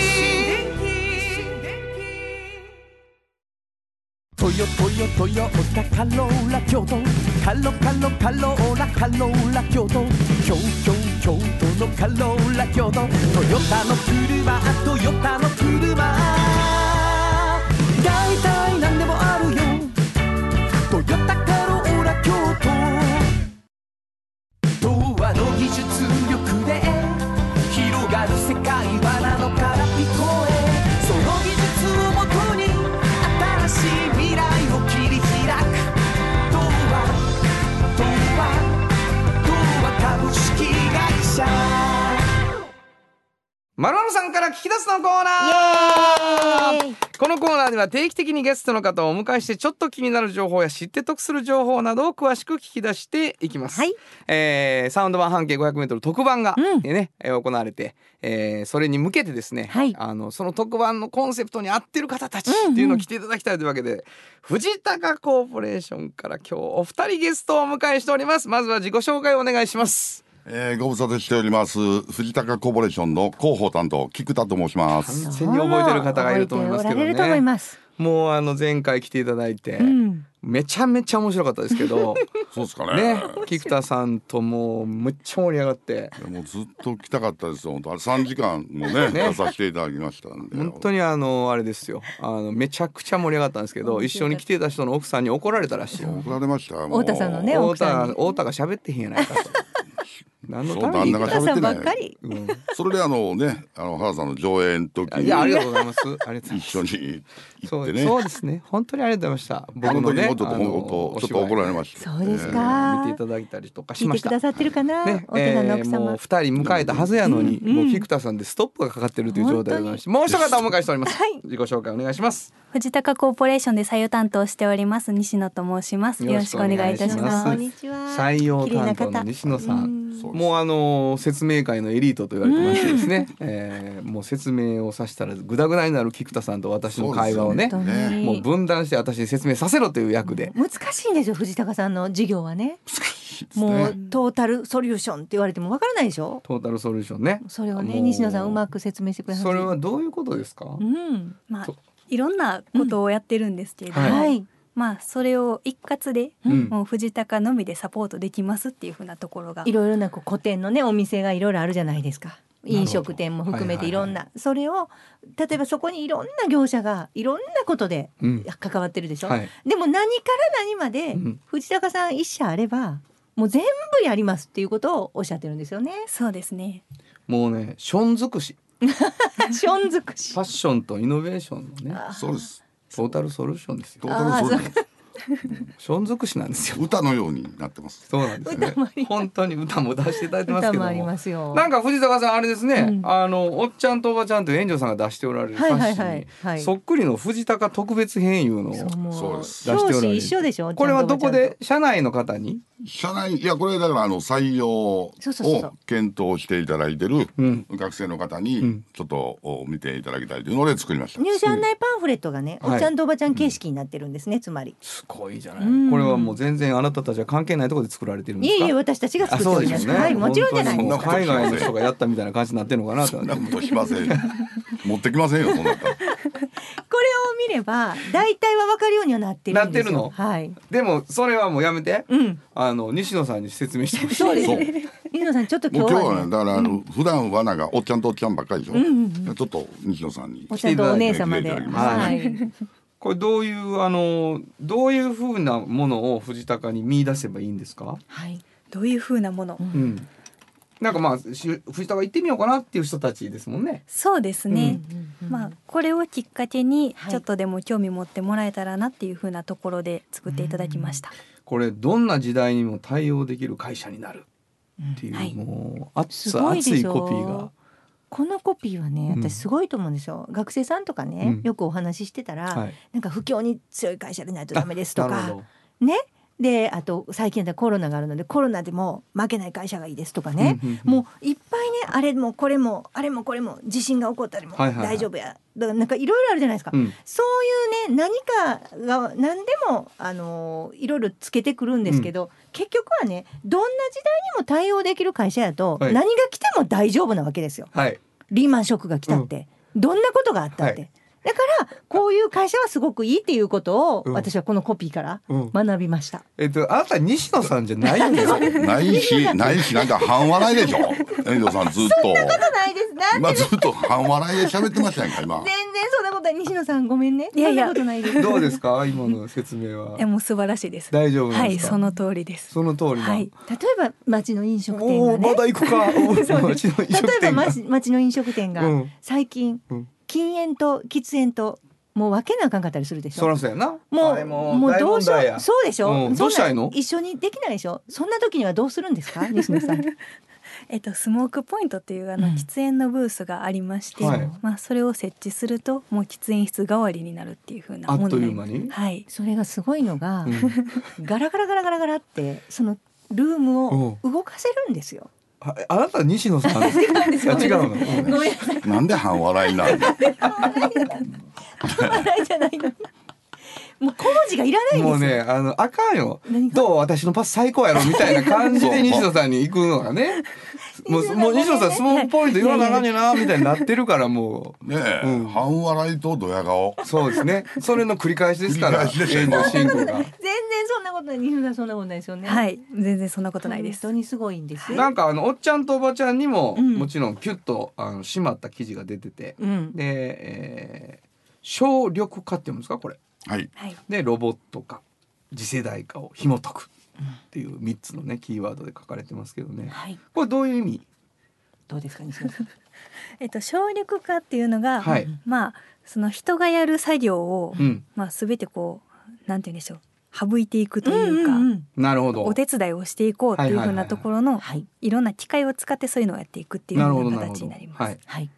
Speaker 4: トヨトヨトヨタカローラ京都カロカロカローラカローラ京都京京京都のカローラ京都トヨタの車トヨタの車だいたいなんでもあるよトヨタカローラ京都童話の技術力で広がる世界はなのから聞こえその技術をもとに新しい未来を切り
Speaker 2: まるまるさんから聞き出すのコーナー
Speaker 3: イエーイ
Speaker 2: このコーナーでは定期的にゲストの方をお迎えしてちょっと気になる情報や知って得する情報などを詳しく聞き出していきます、
Speaker 3: はい
Speaker 2: えーサウンド版半径 500m 特番が、
Speaker 3: うん
Speaker 2: えーねえー行われて、えーそれに向けてですね、
Speaker 3: はい
Speaker 2: あのその特番のコンセプトに合ってる方たちっていうのを来ていただきたいというわけで、藤高コーポレーションから今日お二人ゲストをお迎えしておりますまずは自己紹介をお願いします
Speaker 5: えー、ご無沙汰しております藤高コーポレーションの広報担当菊田と申します
Speaker 2: 完全に覚えてる方がいると思いますけど
Speaker 3: 覚えておられると思い
Speaker 2: ね
Speaker 3: ます。
Speaker 2: もうあの前回来ていただいて、
Speaker 3: うん。
Speaker 2: めちゃめちゃ面白かったですけ ど
Speaker 5: そうですかね
Speaker 2: ね菊田さんともうめっちゃ盛り上がって
Speaker 5: いやもうずっと来たかったですよ本当あれ3時間もね出させていただきましたんで
Speaker 2: 本当にあのあれですよあのめちゃくちゃ盛り上がったんですけど一緒に来てた人の奥さんに怒られたらしいよ
Speaker 5: 怒られましたよもう
Speaker 3: 太田さんのね
Speaker 2: 太
Speaker 3: 奥さ
Speaker 2: 田
Speaker 3: んに
Speaker 2: 太田が喋ってへんやない かと何の
Speaker 5: そう
Speaker 2: ため
Speaker 5: 旦
Speaker 2: に
Speaker 5: 那が
Speaker 3: お母さ
Speaker 5: 喋っ
Speaker 3: ん
Speaker 5: て
Speaker 3: ば
Speaker 5: な
Speaker 3: っか
Speaker 5: い
Speaker 3: り。
Speaker 2: うん
Speaker 5: それであのねあの原さんの上演の時
Speaker 2: いやあり
Speaker 5: に
Speaker 2: がとうございますありがとうございま
Speaker 5: 一
Speaker 2: す
Speaker 5: 緒に行
Speaker 2: そ
Speaker 5: って
Speaker 2: う
Speaker 5: ね
Speaker 2: そうですね本当にありがとうございました
Speaker 5: あ
Speaker 2: 僕
Speaker 5: の
Speaker 2: の
Speaker 5: 時
Speaker 2: ね
Speaker 5: もちょっと
Speaker 2: あの
Speaker 5: 本当ちょっと怒られました
Speaker 3: そうです
Speaker 5: えー
Speaker 3: か。
Speaker 2: 見ていただいたりとかし
Speaker 3: 聞い
Speaker 2: ま
Speaker 3: て
Speaker 2: し
Speaker 3: く
Speaker 2: た
Speaker 3: ださってるかな、
Speaker 2: ね
Speaker 3: お寺の奥
Speaker 2: えーもう
Speaker 3: 様。
Speaker 2: 2人迎えたはずやのに、もう菊田さんでストップがかかってるという状態でございましてもう一方お迎えしております、
Speaker 6: はい
Speaker 2: 自己紹介お願いします
Speaker 6: 藤高コーポレーションで採用担当しております西野と申します。よろしくお願いいたします。
Speaker 3: こんにちは。
Speaker 2: 採用
Speaker 3: 綺麗な
Speaker 2: 担当
Speaker 3: 方
Speaker 2: の西野さん
Speaker 5: そうです
Speaker 2: もうあのー説明会のエリートと言われてましてですね、えーもう説明をさしたらグダグダになる菊田さんと私の会話をね
Speaker 5: そうですよね
Speaker 2: もう分断して私に説明させろという役で
Speaker 3: 難しいんですよ藤高さんの授業はね。もうトータルソリューションって言われてもわからないでしょ。
Speaker 2: トータルソリューションね
Speaker 3: それを
Speaker 2: も
Speaker 3: ね
Speaker 2: う
Speaker 3: 西野さんうまく説明してくださって。
Speaker 2: それはどういうことですか、
Speaker 3: うん。
Speaker 6: まあ
Speaker 2: そう
Speaker 6: いろんなことをやってるんですけれども、
Speaker 2: はい
Speaker 3: はい。
Speaker 6: まあそれを一括で、
Speaker 2: うん
Speaker 6: もう藤高のみでサポートできますっていうふうなところが
Speaker 3: いろいろなこう古典のねお店がいろいろあるじゃないですか
Speaker 2: るほど
Speaker 3: 飲食店も含めて
Speaker 2: はい
Speaker 3: い
Speaker 2: はいは
Speaker 3: ろ
Speaker 2: い
Speaker 3: んな、それを例えばそこにいろんな業者がいろんなことで
Speaker 2: うん
Speaker 3: 関わってるでしょ、
Speaker 2: はい
Speaker 3: でも何から何まで
Speaker 2: うん
Speaker 3: 藤高さん一社あればもう全部やりますっていうことをおっしゃってるんですよ ね。
Speaker 6: そうですね。
Speaker 2: もうねション尽くし
Speaker 3: ション尽くし
Speaker 2: ファッションとイノベーションのね
Speaker 5: そうです
Speaker 2: トータルソリューションですよ
Speaker 5: トータルソリューション
Speaker 2: ション尽くしなんですよ
Speaker 5: 歌のようになってます
Speaker 2: そうなんですよね
Speaker 3: 歌もあります
Speaker 2: 本当に歌も出していただいてます
Speaker 3: 歌
Speaker 2: けど
Speaker 3: もあり
Speaker 2: も
Speaker 3: ますよ。
Speaker 2: なんか藤坂さんあれですね、
Speaker 3: うん
Speaker 2: あのおっちゃんとおばちゃんと園長さんが出しておられる
Speaker 3: はい
Speaker 2: 冊子に、
Speaker 3: はいはいはい
Speaker 2: そっくりの藤高特別編いうのを
Speaker 3: そうも
Speaker 5: そう
Speaker 3: う
Speaker 5: です
Speaker 2: 出しておら
Speaker 3: 教
Speaker 2: れる
Speaker 3: 師一緒でしょ。
Speaker 2: これはど
Speaker 3: ち
Speaker 2: こ
Speaker 3: ゃんと
Speaker 2: で社内の方に、
Speaker 5: 社内いやこれだからあの採用を
Speaker 3: そうそうそうそう
Speaker 5: 検討していただいてる
Speaker 2: うん、
Speaker 5: 学生の方
Speaker 2: うん
Speaker 5: にちょっとお見ていただきたいというので作りました。
Speaker 3: 入社案内パンフレットがね、
Speaker 2: はい
Speaker 3: おっちゃんとおばちゃん形式になってるんですね、つまり。
Speaker 2: すごいじゃない、
Speaker 3: うん
Speaker 2: これはもう全然あなたたちは関係ないところで作られてるんで
Speaker 3: い
Speaker 2: すか
Speaker 3: えいえ、私たちが
Speaker 2: あ
Speaker 3: 作って
Speaker 2: そう
Speaker 3: お
Speaker 2: で
Speaker 3: り
Speaker 2: す
Speaker 3: ま
Speaker 2: よ
Speaker 3: す。
Speaker 2: ね、
Speaker 3: はい、もちろんじゃないです
Speaker 2: 本
Speaker 3: か
Speaker 2: 当。にもう海外の人がやったみたいな感じになってるのかなと
Speaker 5: そんなことしません。持ってきませんよそんなの。
Speaker 3: これを見れば大体は分かるようにはなってるんですよ。
Speaker 2: なって
Speaker 3: はい。
Speaker 2: でもそれはもうやめて
Speaker 3: うん。
Speaker 2: あの西野さんに説明してほしい
Speaker 3: そうです
Speaker 5: そう。
Speaker 3: 水野さんちょっと
Speaker 5: も
Speaker 3: 今
Speaker 5: う
Speaker 3: 日
Speaker 5: 今日
Speaker 3: は
Speaker 5: は
Speaker 3: ね
Speaker 5: ねだからあの普段罠がおっちゃんとおっちゃんばっかりでしょ。
Speaker 3: ん
Speaker 5: ちょっと西野さんに
Speaker 3: お茶とお姉様
Speaker 5: 来て
Speaker 3: で。
Speaker 5: いただき
Speaker 2: ます
Speaker 3: はい。
Speaker 2: これどういうあのどういう風なものを藤高に見出せばいいんですか？
Speaker 3: はい。
Speaker 6: どういうふうなもの、
Speaker 3: ん
Speaker 2: うん。なんかまあし藤高行ってみようかなっていう人たちですもんね。
Speaker 6: そうですね。まあこれをきっかけに
Speaker 3: はい
Speaker 6: ちょっとでも興味持ってもらえたらなっていうふうなところで作っていただきました。
Speaker 2: これどんな時代にも対応できる会社になるっていう、
Speaker 6: うんはい
Speaker 2: もう熱
Speaker 3: すごいでしょ
Speaker 2: 熱いコピーが。
Speaker 3: このコピーはね、
Speaker 2: うん
Speaker 3: 私すごいと思うんですよ。学生さんとかね、
Speaker 2: うん
Speaker 3: よくお話ししてたら、
Speaker 2: はい。
Speaker 3: なんか不況に強い会社でないとダメですと
Speaker 2: なるほ
Speaker 3: か、
Speaker 2: ど。
Speaker 3: ね。で、あと最近だとコロナがあるので、コロナでも負けない会社がいいですとかね。
Speaker 2: うんうんうん
Speaker 3: もういっぱいねあれもこれもあれもこれも地震が起こったりも
Speaker 2: はいはいはい
Speaker 3: 大丈夫や、だからなんかいろいろあるじゃないですか、
Speaker 2: うん
Speaker 3: そういうね何かが何でもあのーいろいろつけてくるんですけど、結局はねどんな時代にも対応できる会社やと、
Speaker 2: はい
Speaker 3: 何が来ても大丈夫なわけですよ
Speaker 2: はい。
Speaker 3: リーマンショックが来たって、どんなことがあったって、
Speaker 2: は
Speaker 3: だからこういう会社はすごくいいっていうことを、
Speaker 2: うん
Speaker 3: 私はこのコピーから
Speaker 2: うん
Speaker 3: 学びました。
Speaker 2: えっとあなた西野さんじゃないんだよ。
Speaker 5: ないしないしなんか半笑いでしょ。遠藤さんずっと
Speaker 3: ないですなん
Speaker 5: 今ずっと半笑いで喋ってましたやんか今
Speaker 3: 全。然そんなことない西野さんごめんね
Speaker 6: いやいや
Speaker 3: そんなことないです
Speaker 2: どうですか今の説明は
Speaker 6: え。もう素晴らしいです。
Speaker 2: 大丈夫な
Speaker 6: は
Speaker 2: んで
Speaker 6: い
Speaker 2: すか。
Speaker 6: その通りです。
Speaker 2: その通りな。
Speaker 6: はい。
Speaker 3: 例えば町の飲食店
Speaker 2: お
Speaker 3: が
Speaker 2: お
Speaker 3: ね
Speaker 2: まだ行く か。おー町の飲
Speaker 3: 例
Speaker 2: 食
Speaker 3: えば
Speaker 2: 店が
Speaker 3: 町町の飲食店が
Speaker 2: うん
Speaker 3: 最近、
Speaker 2: うん
Speaker 3: 禁煙と喫煙ともう分けなあかんかったりするでし
Speaker 2: そ
Speaker 3: ょ
Speaker 2: らそうやな。
Speaker 3: も
Speaker 2: あれ
Speaker 3: うもう
Speaker 2: 大
Speaker 3: どう
Speaker 2: 問
Speaker 3: しよ
Speaker 2: 題
Speaker 3: う
Speaker 2: や
Speaker 3: そうでしょ、
Speaker 2: うん
Speaker 3: そんな
Speaker 2: どうしたらいいの
Speaker 3: 一緒にできないでしょそんな時にはどうするんですか西野さん
Speaker 6: えっと、スモークポイントっていうあの
Speaker 3: うん
Speaker 6: 喫煙のブースがありまして、
Speaker 2: はい
Speaker 6: まあ、それを設置するともう喫煙室代わりになるっていう風な
Speaker 2: あ
Speaker 6: も
Speaker 2: っ
Speaker 6: の
Speaker 2: と
Speaker 6: にな
Speaker 2: いう
Speaker 6: り
Speaker 2: 間
Speaker 6: ます
Speaker 2: に。
Speaker 6: はい、
Speaker 3: それがすごいのが、
Speaker 2: うん
Speaker 3: ガラガラガラガラガラってそのルームを動かせるんですよ。
Speaker 2: ああなた西野さ んですか。
Speaker 3: ですよ
Speaker 2: あ違うの。うん
Speaker 3: ごめんなさい
Speaker 5: なんで半笑いなんだ
Speaker 3: 笑いじゃないのに。もう工事がいらないんですよ。
Speaker 2: もうねあのあかんよ
Speaker 3: 何。が
Speaker 2: どう私のパス最高やろみたいな感じで西野さんに行くの がね。もうもう西野さんスモークポイント言わなあかんねんなみたいになってるからもう。
Speaker 5: ねえ、
Speaker 2: うん
Speaker 5: 半笑いとドヤ顔
Speaker 2: そうですね。それの繰り返しですから。
Speaker 5: 繰り返しで
Speaker 2: 援
Speaker 5: しょ
Speaker 2: 助進行が。
Speaker 3: 全然そんなことない。西野さんそんなことないですよね。。
Speaker 6: はいい、全然そんなこと
Speaker 3: 本
Speaker 6: ないです
Speaker 3: 当。にすごいんですよ。
Speaker 2: なんかあのおっちゃんとおばちゃんにも、
Speaker 3: うん
Speaker 2: もちろんキュッとあの締まった生地が出てて、
Speaker 3: うん。
Speaker 2: で、えー省力化って言うんですかこれ
Speaker 5: はい
Speaker 6: はい、
Speaker 2: でロボット化次世代化を紐解くっていう3つのねキーワードで書かれてますけどね
Speaker 3: はい。
Speaker 2: これどういう意味
Speaker 3: どうですか西野さん。
Speaker 6: えっと、省力化っていうのが、
Speaker 2: はい
Speaker 6: まあ、その人がやる作業を、
Speaker 2: うん
Speaker 6: まあ、すべてこう、なんて言うんでしょう。省いていくというか、
Speaker 3: んんん
Speaker 2: なるほど
Speaker 6: お手伝いをしていこうっていうふうなところの、い
Speaker 3: はい
Speaker 6: ろんな機械を使って、そういうのをやっていくっていう
Speaker 2: なるほ
Speaker 6: よ
Speaker 2: ど
Speaker 6: うな
Speaker 2: なるほ
Speaker 6: 形
Speaker 2: ど
Speaker 6: になります。
Speaker 2: はい
Speaker 3: はい。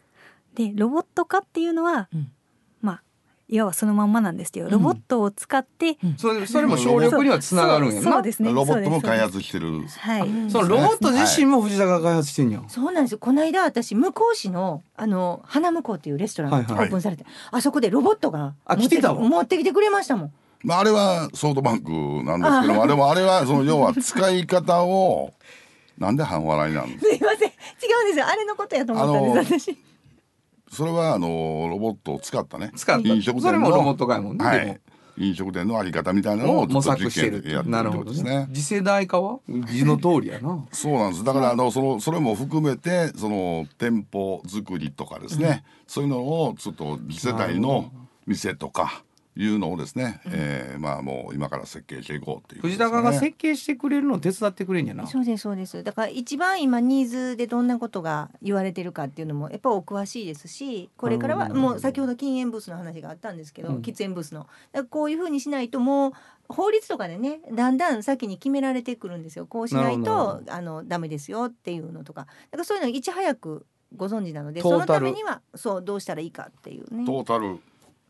Speaker 6: で、ロボット化っていうのは、
Speaker 3: うん
Speaker 6: まあ、いわばそのまんまなんですけど、
Speaker 3: ん
Speaker 6: ロボットを使って。
Speaker 2: それそれも省力にはつながるんや
Speaker 6: そ
Speaker 2: な
Speaker 6: うそうですね。
Speaker 5: ロボットも
Speaker 6: そうです
Speaker 5: 開発してる
Speaker 6: はい。
Speaker 2: そのロボット自身も藤田が開発してんやん、
Speaker 3: そうなんですよこの間私向こう市のあの花向こうっていうレストランがオ
Speaker 2: はいはい
Speaker 3: ープンされて、あそこでロボットが
Speaker 2: あ
Speaker 3: 持っ
Speaker 2: 来てたわ
Speaker 3: 持ってきてくれましたも ん
Speaker 5: まあ、あれはソフトバンクなんですけどもあれはあれはその要は使い方をなんで半笑いなん
Speaker 3: すいません違うんですよあれのことやと思ったんです私
Speaker 5: それはあのロボットを使ったね
Speaker 2: 使った
Speaker 5: 飲食店の
Speaker 2: それもロボットかいもんね
Speaker 5: は
Speaker 2: でも
Speaker 5: い、飲食店のあり方みたいなの
Speaker 2: を
Speaker 5: をちょ
Speaker 2: 模
Speaker 5: っと
Speaker 2: 索
Speaker 5: 実
Speaker 2: して
Speaker 5: 験
Speaker 2: る
Speaker 5: でやってる
Speaker 2: な
Speaker 5: っ
Speaker 2: る
Speaker 5: て
Speaker 2: ほ
Speaker 5: こと
Speaker 2: ど
Speaker 5: です
Speaker 2: ね
Speaker 5: ね
Speaker 2: 次世代化は字の通りやな
Speaker 5: そうなんですだからあのそのそれも含めてその店舗作りとかですね、そういうのをちょっと次世代の店とかいうのをですね、えーまあもう今から設計していこうっていうことで
Speaker 2: 藤
Speaker 5: すね、
Speaker 2: 田が設計してくれるのを手伝ってくれんやな
Speaker 3: そうですそうですだから一番今ニーズでどんなことが言われてるかっていうのもやっぱお詳しいですしこれからは
Speaker 2: うん
Speaker 3: もう先ほど禁煙ブースの話があったんですけど、
Speaker 2: うん
Speaker 3: 喫煙ブースのだからこういうふうにしないともう法律とかでねだんだん先に決められてくるんですよこうしない
Speaker 2: なるほどなる
Speaker 3: とあのダメですよっていうのとかだからそういうのをいち早くご存知なので
Speaker 2: ト
Speaker 3: そ
Speaker 2: ー
Speaker 3: の
Speaker 2: タル
Speaker 3: ためにはそうどうしたらいいかっていうね。
Speaker 5: トータル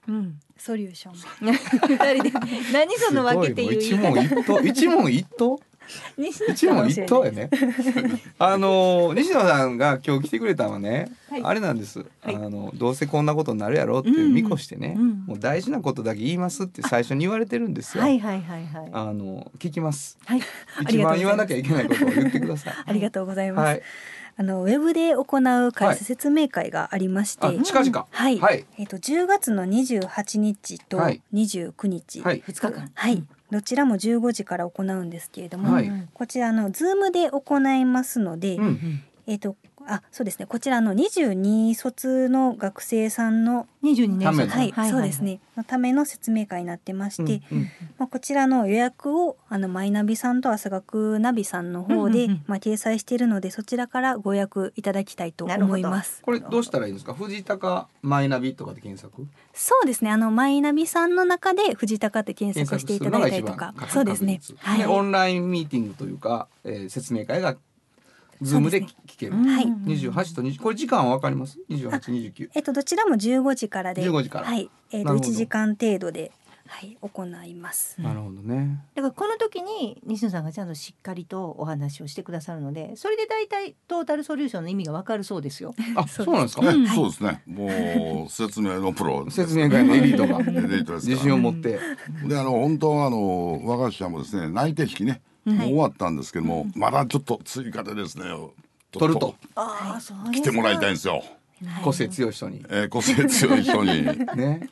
Speaker 3: うん、
Speaker 6: ソリューション。
Speaker 3: 二人で何その分けっていう
Speaker 2: す
Speaker 3: 言い
Speaker 2: ごいもう
Speaker 3: 方
Speaker 2: 一問一答一問
Speaker 3: 西野さ
Speaker 2: 一答一
Speaker 3: ん
Speaker 2: 問
Speaker 3: は
Speaker 2: 一答やね。あのー西野さんが今日来てくれたのはね、
Speaker 3: はい
Speaker 2: あれなんです。
Speaker 3: はい
Speaker 2: あのどうせこんなことになるやろっていう見越してね、
Speaker 3: うんうん
Speaker 2: もう大事なことだけ言いますって最初に言われてるんですよ。
Speaker 3: はいはいはいはい。
Speaker 2: あの聞きます。
Speaker 3: はい、
Speaker 2: 一番言わなき
Speaker 6: ゃ。
Speaker 2: ゃいけないことを言ってくださ
Speaker 6: ありがとうござい
Speaker 2: い。
Speaker 6: ます。
Speaker 2: はい。
Speaker 6: あのウェブで行う会社説明会がありまして、
Speaker 2: あ近々。
Speaker 6: はい、
Speaker 2: はい。
Speaker 6: えっ、と10月の28日と
Speaker 2: はい
Speaker 6: 29日、
Speaker 2: はい。
Speaker 3: 二日間。
Speaker 6: はいどちらも15時から行うんですけれども、
Speaker 2: はい
Speaker 3: うん
Speaker 6: こちらあのズームで行いますので、
Speaker 2: うん。
Speaker 6: えっ、とあそうですねこちらあの22卒の学生さんの
Speaker 3: 二十二年
Speaker 2: ため
Speaker 3: 生
Speaker 2: の
Speaker 6: はい、そうです。ねのための説明会になってまして、
Speaker 2: うんうん
Speaker 6: まあ、こちらの予約をあのマイナビさんと朝学ナビさんの方で、
Speaker 3: うんうんうん
Speaker 6: まあ、掲載しているのでそちらからご予約いただきたいと
Speaker 3: なるほ
Speaker 6: 思
Speaker 3: ど
Speaker 6: います。
Speaker 2: これどうしたらいいですか。藤高マイナビとかで検索。
Speaker 6: そうですねあのマイナビさんの中で藤高って検索していただいたりとか
Speaker 2: 検索
Speaker 6: そう
Speaker 2: するのが一番
Speaker 6: ですね
Speaker 2: 確実
Speaker 6: はい、
Speaker 2: でオンラインミーティングというか、えー説明会がズームで聞ける。
Speaker 6: はい
Speaker 2: 二十八と二十これ時間はわかります。二十八二十九。
Speaker 6: えっとどちらも15時からで
Speaker 2: 15時から
Speaker 6: はいえっ
Speaker 2: な
Speaker 6: と
Speaker 2: るほど
Speaker 6: 1時間程度で、はい、行います。
Speaker 2: なるほどね。
Speaker 3: だからこの時に西野さんがちゃんとしっかりとお話をしてくださるので、それで大体トータルソリューションの意味がわかるそうですよ。
Speaker 2: あ、そうなんですか。
Speaker 5: ねそうですねもう説明のプロです
Speaker 2: 説明会のエリートが
Speaker 5: エリートですから
Speaker 2: 自信を持って。
Speaker 5: であの本当はあの我が社もですね内定式ね、もう終わったんですけども、まだちょっと追加でですねちょ
Speaker 2: 取
Speaker 5: っ
Speaker 2: ると
Speaker 3: ああ、そうですか
Speaker 5: 来てもらいたいんですよ、
Speaker 2: 個性強い人に。
Speaker 5: えー、個性強い 人に
Speaker 2: ね。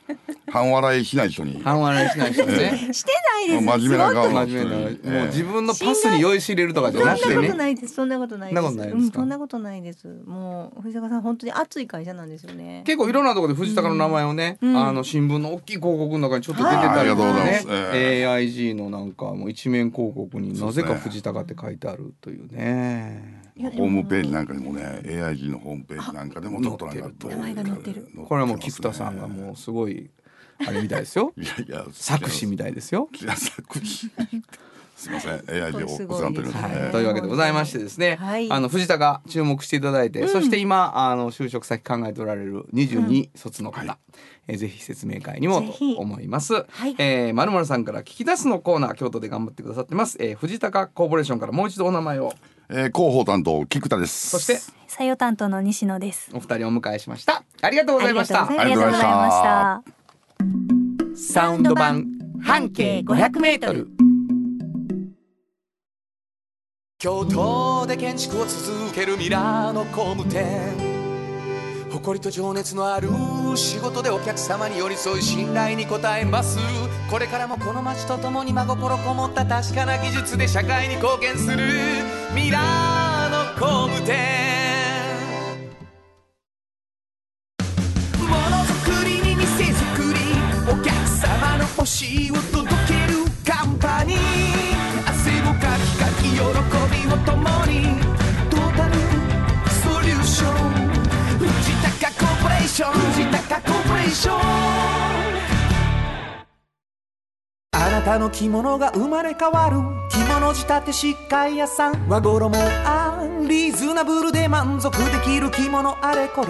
Speaker 5: 半笑いしない人に
Speaker 2: 半笑いしない人ね。
Speaker 3: してないです。
Speaker 5: 真面目な顔
Speaker 2: 真
Speaker 5: の人
Speaker 2: 面
Speaker 5: に
Speaker 2: 目な。もう
Speaker 5: え
Speaker 2: 自
Speaker 5: ー
Speaker 2: 分のパスに酔いしれるとかじゃなく
Speaker 3: そん
Speaker 2: て
Speaker 3: なこと
Speaker 2: ね。
Speaker 3: ないです。そんなことないです。
Speaker 2: そんなことないですか
Speaker 3: うんそんなことないです。もう藤坂さん本当に熱い会社なんですよね。
Speaker 2: 結構いろんなところで藤高の名前をね、
Speaker 3: ん
Speaker 2: あの新聞の大きい広告の中にちょっと出てたりと
Speaker 5: はい
Speaker 2: か
Speaker 5: ありが
Speaker 2: ね
Speaker 5: とうございます
Speaker 2: AIG のなんかもう一面広告になぜか藤高って書いてあるというね
Speaker 5: ホームページなんかでもね AIG のホームページなんかでもちょっとなんか
Speaker 2: 名
Speaker 3: 前が載ってる
Speaker 2: これはもう菊田さんがもうす ごいあれみたいですよ
Speaker 5: ういやいや
Speaker 2: 作詞みたいですよ
Speaker 5: いや作詞すみません AI でおお
Speaker 7: す
Speaker 5: 世
Speaker 7: ごい
Speaker 5: 話になっております。
Speaker 7: です
Speaker 5: え
Speaker 7: ね
Speaker 5: ー
Speaker 2: というわけでございましてですね、
Speaker 7: はい
Speaker 2: あの藤田が注目していただいて、そして今あの就職先考えておられる22卒の方、えーぜひ説明会にも
Speaker 3: ぜひ
Speaker 2: と思います。
Speaker 7: はい
Speaker 2: えー、まるまるさんから聞き出すのコーナー京都で頑張ってくださってます、えー、藤高コーポレーションからもう一度お名前を
Speaker 5: えー広報担当菊田です。
Speaker 2: そして
Speaker 6: 採用担当の西野です。
Speaker 2: お二人をお迎えしましたありがとうございました
Speaker 5: ありがとうございました。
Speaker 2: サウンド版半径500メートル
Speaker 4: 京都で建築を続けるミラーの工務店誇りと情熱のある仕事でお客様に寄り添い信頼に応えますこれからもこの街とともに真心こもった確かな技術で社会に貢献するミラーの工務店ものづくりに店づくりお客様の欲しいを届けるカンパニー汗をかきかき喜びを共にトータルソリューション藤高コーポレーション藤高コーポレーションあなたの着物が生まれ変わる着物仕立て疾患屋さん和衣もあんリーズナブルで満足できる着物あれこれ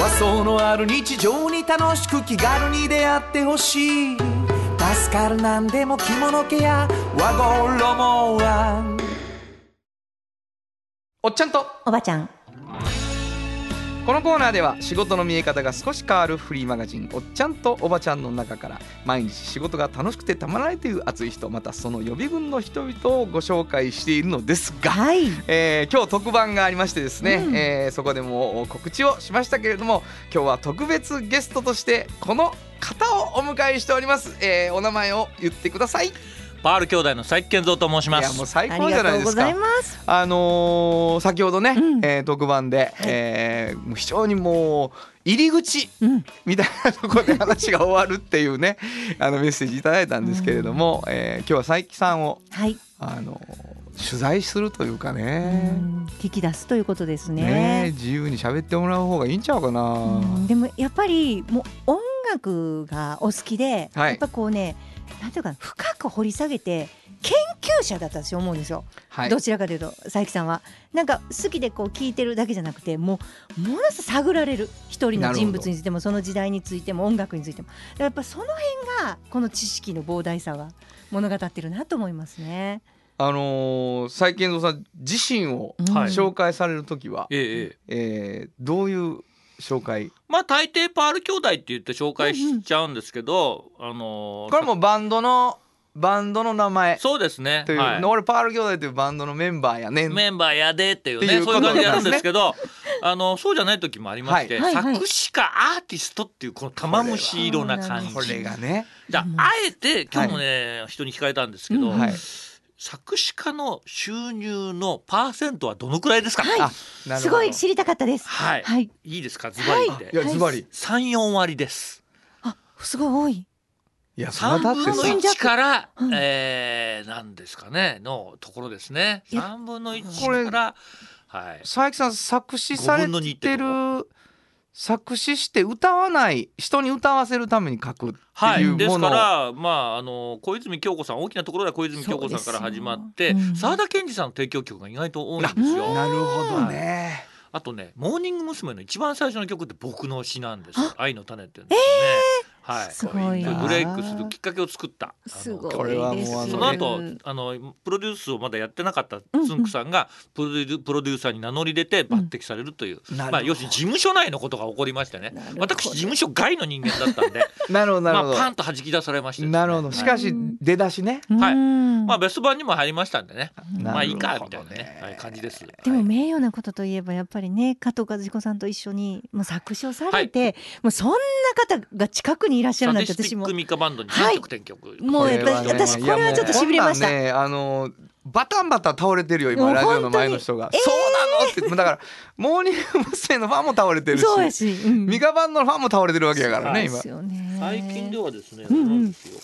Speaker 4: 和装のある日常に楽しく気軽に出会ってほしい助かるなんでも着物ケア和衣もあん
Speaker 2: おっちゃんと
Speaker 3: おばちゃん
Speaker 2: このコーナーでは仕事の見え方が少し変わるフリーマガジン「おっちゃんとおばちゃん」の中から毎日仕事が楽しくてたまらないという熱い人またその予備軍の人々をご紹介しているのですが、
Speaker 3: はい
Speaker 2: えー今日特番がありましてですね、えーそこでも告知をしましたけれども今日は特別ゲストとしてこの方をお迎えしております、えーお名前を言ってくださいい
Speaker 8: パール兄弟の佐伯健三と申しま
Speaker 2: やもう
Speaker 8: す。
Speaker 2: 最
Speaker 3: あ
Speaker 2: 高
Speaker 3: り
Speaker 2: じゃ
Speaker 3: がと
Speaker 2: ないうで
Speaker 3: ご
Speaker 2: す
Speaker 3: ざい
Speaker 2: か
Speaker 3: ます
Speaker 2: あのー先ほどね、
Speaker 3: うん
Speaker 2: えー特番で、えーもう非常にもう入り口
Speaker 3: うん
Speaker 2: みたいなところで話が終わるっていうね あのメッセージいただいたんですけれども、えー今日は佐伯さんを
Speaker 3: はい、
Speaker 2: あの取材するというか
Speaker 3: う
Speaker 2: ね。
Speaker 3: ん聞き出すということです
Speaker 2: ねえ
Speaker 3: ね
Speaker 2: 自由に喋ってもらう方がいいんちゃうかな、
Speaker 3: うんでもやっぱりもう音楽がお好きで、
Speaker 2: はい
Speaker 3: やっぱこうねなんていうかな深く掘り下げて研究者だったと思うんですよ、
Speaker 2: はい
Speaker 3: どちらかというと佐伯さんはなんか好きでこう聞いてるだけじゃなくてもうものすごく探られる一人の人物についてもその時代についても音楽についてもだからやっぱその辺がこの知識の膨大さは物語ってるなと思いますね。
Speaker 2: あのー、佐伯健三さん自身を
Speaker 3: うん
Speaker 8: はい
Speaker 2: 紹介される時は、
Speaker 8: ええええ、
Speaker 2: えーどういう紹介
Speaker 8: まあ大抵パール兄弟って言って紹介しちゃうんですけど、あの
Speaker 2: こ
Speaker 8: ー
Speaker 2: れはもうバンドのバンドの名前
Speaker 8: そうですね。
Speaker 2: という、
Speaker 8: はい
Speaker 2: 俺パール兄弟というバンドのメンバーやねん
Speaker 8: メンバーやでっていう
Speaker 2: ってい
Speaker 8: ね
Speaker 2: うこ
Speaker 8: そうい
Speaker 2: と
Speaker 8: う
Speaker 2: なん
Speaker 8: 感
Speaker 2: で
Speaker 8: じ
Speaker 2: すね
Speaker 8: でやるんですけど、あのそうじゃない時もありまして、
Speaker 3: はいはいはい
Speaker 8: 作詞家アーティストっていうこの玉虫色な感じ。
Speaker 2: これがね、
Speaker 8: じゃああえて今日もね、人に聞かれたんですけど、
Speaker 3: うん
Speaker 2: はい
Speaker 8: 作詞家の収入のパーセントはどのくらいですか。
Speaker 3: はい
Speaker 8: あ
Speaker 2: なるほど
Speaker 3: すごい知りたかったです。
Speaker 8: はい
Speaker 3: はい、
Speaker 8: いいですかズバリ言っ
Speaker 2: い
Speaker 8: て
Speaker 2: やズバリ
Speaker 8: 三四割です。
Speaker 3: あすごい多い。
Speaker 2: いやそ
Speaker 8: 三
Speaker 2: んな
Speaker 8: 分
Speaker 2: 経
Speaker 8: の
Speaker 2: ってさ
Speaker 3: 三
Speaker 8: 一から、
Speaker 3: うん
Speaker 8: えー、なんですかねのところですね。
Speaker 3: いや
Speaker 8: 三分の一
Speaker 2: これ
Speaker 8: からはい。
Speaker 2: 佐伯さん作詞され
Speaker 8: 5分の2ってて
Speaker 2: る作詞して歌わない人に歌わせるために書くって
Speaker 8: はいい、
Speaker 2: う
Speaker 8: で
Speaker 2: も
Speaker 8: すか
Speaker 2: のを、
Speaker 8: ら、まあ、あの小泉京子さん大きなところでは小泉京子さんから始まって
Speaker 3: そうですようん
Speaker 8: 澤田研二さんの提供曲が意外と多いんですよ。
Speaker 2: なるほどね
Speaker 8: あとね「モーニング娘。」の一番最初の曲って僕の詩なんですよ「愛の種」っていうんです
Speaker 3: す
Speaker 8: よね。
Speaker 3: ごい
Speaker 8: はい、
Speaker 3: な。
Speaker 8: ブレイクするきっかけを作ったあの
Speaker 7: すごいです
Speaker 2: これはもうあ
Speaker 8: その後あのプロデュースをまだやってなかったつんくさんがプロデュプロデューサーに名乗り出て抜擢されるという、
Speaker 2: なるほど
Speaker 8: まあ、要するに事務所内のことが起こりましてね私事務所外の人間だったんで、
Speaker 2: なるほどな
Speaker 8: ま
Speaker 2: る
Speaker 8: あ、
Speaker 2: ほど、
Speaker 8: パンと弾き出されましてですね、
Speaker 2: なるほどしかし出だしね、
Speaker 8: はい
Speaker 3: うん
Speaker 8: まあ、ベスト版にも入りましたんでね
Speaker 2: なるほど
Speaker 8: まあいいかみたいなねはい、感じです。
Speaker 3: で
Speaker 8: は
Speaker 3: も
Speaker 8: い
Speaker 3: 名誉なことといえばやっぱりね加藤和彦さんと一緒にもう作詞をされて、もうそんな方が近くにいらっしゃる
Speaker 8: サ
Speaker 3: なん
Speaker 8: ディ
Speaker 3: て
Speaker 8: ステ
Speaker 3: 私
Speaker 8: ィッ
Speaker 3: も
Speaker 8: クミカバンドに
Speaker 3: はい
Speaker 8: 全曲転曲、
Speaker 3: もうやっぱり
Speaker 2: これはね
Speaker 3: 私これはちょっとしびれました
Speaker 2: いやもうこんなんねあのバタンバタン倒れてるよ今
Speaker 3: もう
Speaker 2: ラジオの前の人が、
Speaker 3: 本当に
Speaker 2: そうなのってもうだからモーニング娘。のファンも倒れてるし
Speaker 3: そうやし、うん
Speaker 2: ミカバンドのファンも倒れてるわけやからね
Speaker 3: で
Speaker 2: 今
Speaker 3: すよね
Speaker 8: 最近ではですね、
Speaker 3: んうん
Speaker 8: なんですよ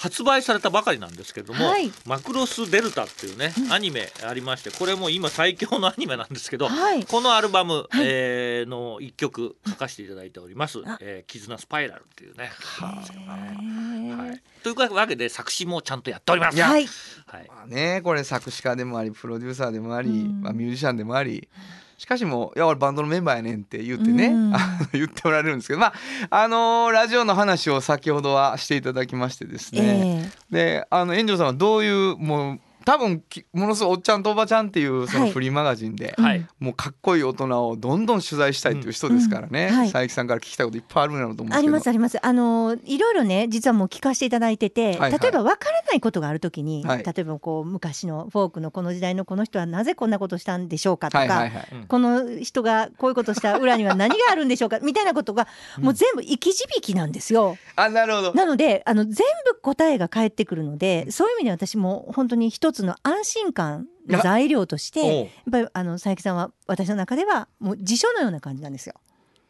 Speaker 8: 発売されたばかりなんですけども、
Speaker 3: はい
Speaker 8: マクロスデルタっていうねアニメありましてこれもう今最強のアニメなんですけど、
Speaker 3: はい
Speaker 8: このアルバム、えーの一曲書かせていただいております「えー、絆スパイラル」っていうね。はい、というわけで作詞もちゃんとやっております。
Speaker 3: はい、
Speaker 8: はい
Speaker 2: まあねこれ作詞家でもありプロデューサーでもあり、
Speaker 3: うん
Speaker 2: まあ、ミュージシャンでもありしかしもう「いや俺バンドのメンバーやねん」って言ってね、
Speaker 3: うん
Speaker 2: あの言っておられるんですけどまああのーラジオの話を先ほどはしていただきましてですね、
Speaker 3: ええ
Speaker 2: であの園長さんはどういうもう多分きものすごいおっちゃんとおばちゃんっていうその
Speaker 3: はい
Speaker 2: フリーマガジンで、
Speaker 8: はい
Speaker 2: もうかっこいい大人をどんどん取材したいっていう人ですから
Speaker 3: う
Speaker 2: ね、
Speaker 3: んうんはい
Speaker 2: 佐伯さんから聞きたいこといっぱいあるんだろうと思うんです
Speaker 3: あ
Speaker 2: け
Speaker 3: り
Speaker 2: ど
Speaker 3: ますありますあのいろいろね実はもう聞かせていただいてて、
Speaker 2: はいはい
Speaker 3: 例えばわからないことがあるときに、
Speaker 2: はい
Speaker 3: 例えばこう昔のフォークのこの時代のこの人はなぜこんなことしたんでしょうかとか、
Speaker 2: はいはいはい
Speaker 3: この人がこういうことした裏には何があるんでしょうかみたいなことがもう全部生き字引なんですよ。
Speaker 2: あなるほど
Speaker 3: なのであの全部答えが返ってくるのでそういう意味で私も本当に一つの安心感の材料としてやっ
Speaker 2: おう
Speaker 3: ぱりあの佐伯さんは私の中ではもう辞書のような感じなんですよ。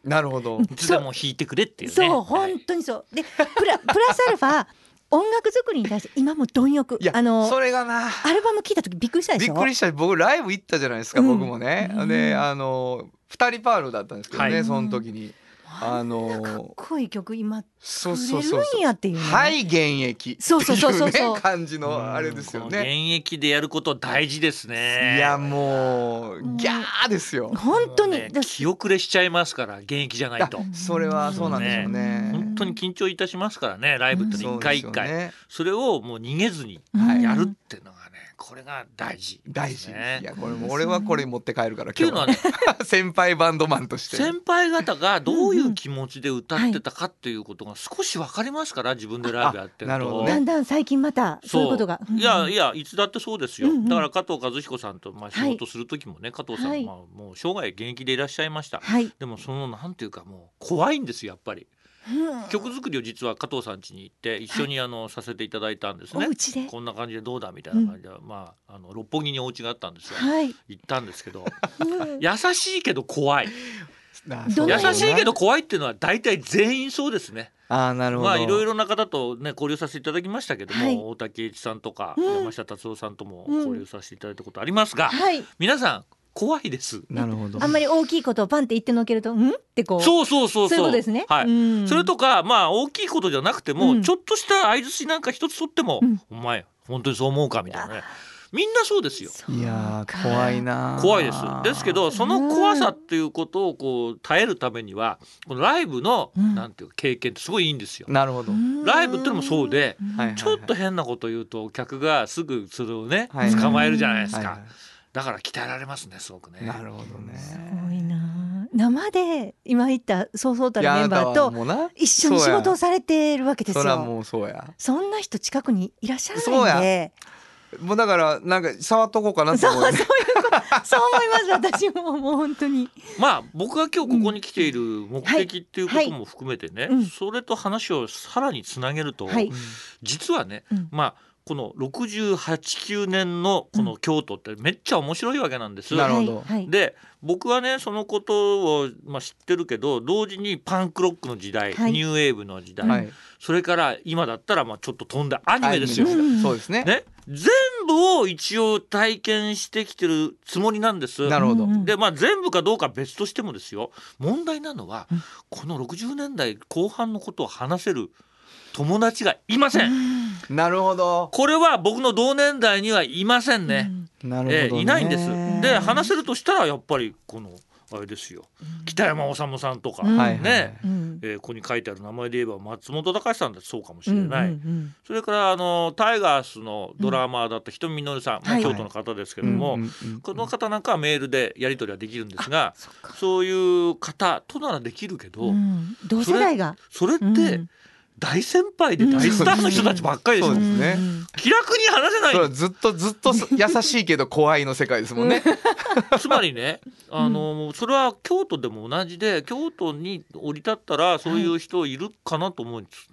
Speaker 2: なるほど
Speaker 8: いつでも弾いてくれっていうね。
Speaker 3: そう、
Speaker 8: はい
Speaker 3: 本当にそう。で、プラ、プラスアルファ、音楽作りに対して、今も貪欲
Speaker 2: いや、
Speaker 3: あ
Speaker 2: そ
Speaker 3: の、
Speaker 2: れがな
Speaker 3: アルバム聞いた時びっくりしたで
Speaker 2: び
Speaker 3: し
Speaker 2: っ
Speaker 3: ょ
Speaker 2: くりした僕ライブ行ったじゃないですか、
Speaker 3: うん
Speaker 2: 僕もね、
Speaker 3: うん
Speaker 2: であの二人パールだったんですけどね、
Speaker 8: はい
Speaker 2: その時にあ
Speaker 3: かっ
Speaker 2: の
Speaker 3: こいい曲、今、
Speaker 2: そ
Speaker 3: 作
Speaker 2: うそう
Speaker 3: れ
Speaker 2: そうそ
Speaker 3: るんやっていう
Speaker 2: う
Speaker 3: ね。
Speaker 2: はい現役
Speaker 3: そうそうそうそう
Speaker 2: っていう
Speaker 3: そう
Speaker 2: ね感じ
Speaker 8: う
Speaker 2: の
Speaker 8: ん
Speaker 2: あれですよ
Speaker 8: この
Speaker 2: ね
Speaker 8: 現役でやること大事ですね。
Speaker 2: いやもうギャーですよ
Speaker 3: 本当に
Speaker 8: ね。気遅れしちゃいますから現役じゃないと。
Speaker 2: それはそうなんでしょうね
Speaker 8: 本当に緊張いたしますからねライブって
Speaker 2: そ
Speaker 8: 一
Speaker 2: うで
Speaker 8: 回
Speaker 2: す
Speaker 8: 一
Speaker 2: よ
Speaker 8: 回
Speaker 2: ね
Speaker 8: それをもう逃げずに
Speaker 3: はい
Speaker 8: やるっていうのがねこれが大事ですね
Speaker 2: 大事ですいやこれも俺はこれ持って帰るから
Speaker 8: っていうの
Speaker 2: 今
Speaker 8: は
Speaker 2: 日
Speaker 8: ね
Speaker 2: は 先輩バンドマンとして
Speaker 8: 先輩方がどういう気持ちで歌ってたかっていうことが少し分かりますから自分でライブやってる
Speaker 2: あなるほど
Speaker 8: と。
Speaker 2: ね
Speaker 3: だんだん最近また、そういうことが。
Speaker 8: いやいやいつだってそうですよ、
Speaker 3: うんうん
Speaker 8: だから加藤和彦さんとまあ仕
Speaker 3: はい
Speaker 8: 事する時もね、加藤さん、
Speaker 3: はい
Speaker 8: まあ、もう生涯現役でいらっしゃいました、
Speaker 3: はい。
Speaker 8: でもそのなんていうかもう怖いんですよやっぱり
Speaker 3: うん
Speaker 8: 曲作りを実は加藤さん家に行って一緒にあのさせていただいたんです
Speaker 3: お
Speaker 8: ね
Speaker 3: 家で。
Speaker 8: こんな感じでどうだみたいな感じで、まああの六本木にお家があったんですよ
Speaker 3: はい。
Speaker 8: 行ったんですけど
Speaker 3: うん
Speaker 8: 優しいけど怖い
Speaker 2: あ
Speaker 3: ど
Speaker 2: そう
Speaker 3: の
Speaker 2: だ
Speaker 8: 優
Speaker 3: ような
Speaker 8: しいけど怖いっていうのは大体全員そうですね
Speaker 2: あーなるほど
Speaker 8: まあいろいろな方とね交流させていただきましたけども、
Speaker 3: はい
Speaker 8: 大竹栄一さんとか、
Speaker 3: うん
Speaker 8: 山下達郎さんとも交流させていただいたことありますが、
Speaker 3: はい。
Speaker 8: 皆さん怖いです
Speaker 2: なるほど
Speaker 3: あんまり大きいことをパンって言ってのけると、うんってこう。
Speaker 8: そうそうそうそう
Speaker 3: そういうことですね。
Speaker 8: はい、
Speaker 3: い
Speaker 8: それとかまあ大きいことじゃなくても、
Speaker 3: うん
Speaker 8: ちょっとした相槌なんか一つ取っても、
Speaker 3: うん
Speaker 8: お前本当にそう思うかみたいなねみんなそうですよ
Speaker 2: いやー怖いなー
Speaker 8: 怖いですですけどその怖さっていうことをこう耐えるためにはこのライブの、
Speaker 3: うん
Speaker 8: なんていうか経験ってすごいいいんですよ。
Speaker 2: なるほど
Speaker 8: ライブってのもそうで、
Speaker 2: はい
Speaker 8: ちょっと変なこと言うとお客がすぐそれをね、
Speaker 2: はい
Speaker 8: 捕まえるじゃないですか、
Speaker 2: はいは
Speaker 8: だから鍛えられますねすごくね
Speaker 2: いなるほどね
Speaker 3: すごいなあ生で今言ったそうそうたるメンバーと一緒に仕事を
Speaker 2: す
Speaker 3: されてるわけです
Speaker 2: そりゃ
Speaker 3: よ
Speaker 2: もうそうや
Speaker 3: そんな人近くにいらっしゃら
Speaker 2: そう
Speaker 3: ないんで
Speaker 2: やもうだからなんか触っとこうかなと
Speaker 3: そう
Speaker 2: 思
Speaker 3: そう
Speaker 2: う
Speaker 3: いうことそう思います私ももう本当に
Speaker 8: まあ僕が今日ここに来ている目的っていうことも含めてね、
Speaker 3: はいうん
Speaker 8: それと話をさらにつなげると、
Speaker 3: はい
Speaker 8: 実はね、
Speaker 3: うん
Speaker 8: まあこの68、9年のこの京都ってめっちゃ面白いわけなんです。
Speaker 2: なるほど
Speaker 3: はいはい
Speaker 8: で僕はねそのことを、まあ、知ってるけど同時にパンクロックの時代、
Speaker 3: はい
Speaker 8: ニューウェーブの時代、
Speaker 2: はい
Speaker 8: それから今だったらまあちょっと飛んだアニメですよ。
Speaker 2: アニメ
Speaker 3: うん
Speaker 2: そうですね
Speaker 8: ね、全部を一応体験してきてるつもりなんです。
Speaker 2: なるほど
Speaker 3: うんうん
Speaker 8: でまあ、全部かどうかは別としてもですよ問題なのは、この60年代後半のことを話せる友達がいません、
Speaker 2: なるほど
Speaker 8: これは僕の同年代にはいませんね,、
Speaker 2: なるほど
Speaker 8: ええ
Speaker 2: ね
Speaker 8: いないんですで話せるとしたらやっぱりこのあれですよ北山修さんとか、
Speaker 3: うん
Speaker 2: はい
Speaker 8: ね、
Speaker 3: うん
Speaker 8: えーここに書いてある名前で言えば松本隆さんだってそうかもしれない、
Speaker 3: うんうん
Speaker 8: それからあのタイガースのドラマーだった人見みのるさん、まあ
Speaker 3: はい
Speaker 8: 京都の方ですけ
Speaker 2: う
Speaker 8: ど
Speaker 2: ん
Speaker 8: も、
Speaker 2: うんうん
Speaker 8: この方なんかはメールでやり取りはできるんですが
Speaker 3: そっか
Speaker 8: そういう方とならできるけど、
Speaker 3: うん同世代が
Speaker 8: それっ
Speaker 3: う
Speaker 8: て
Speaker 3: ん
Speaker 8: 大先輩で大スターの人たちばっかりでしょ、
Speaker 2: そうですね
Speaker 3: うん
Speaker 8: 気楽に話せな
Speaker 2: それはいずっとずっと優しいけど怖いの世界ですもん ね
Speaker 8: つまりねあのそれは京都でも同じで京都に降り立ったらそういう人いるかなと思うんです、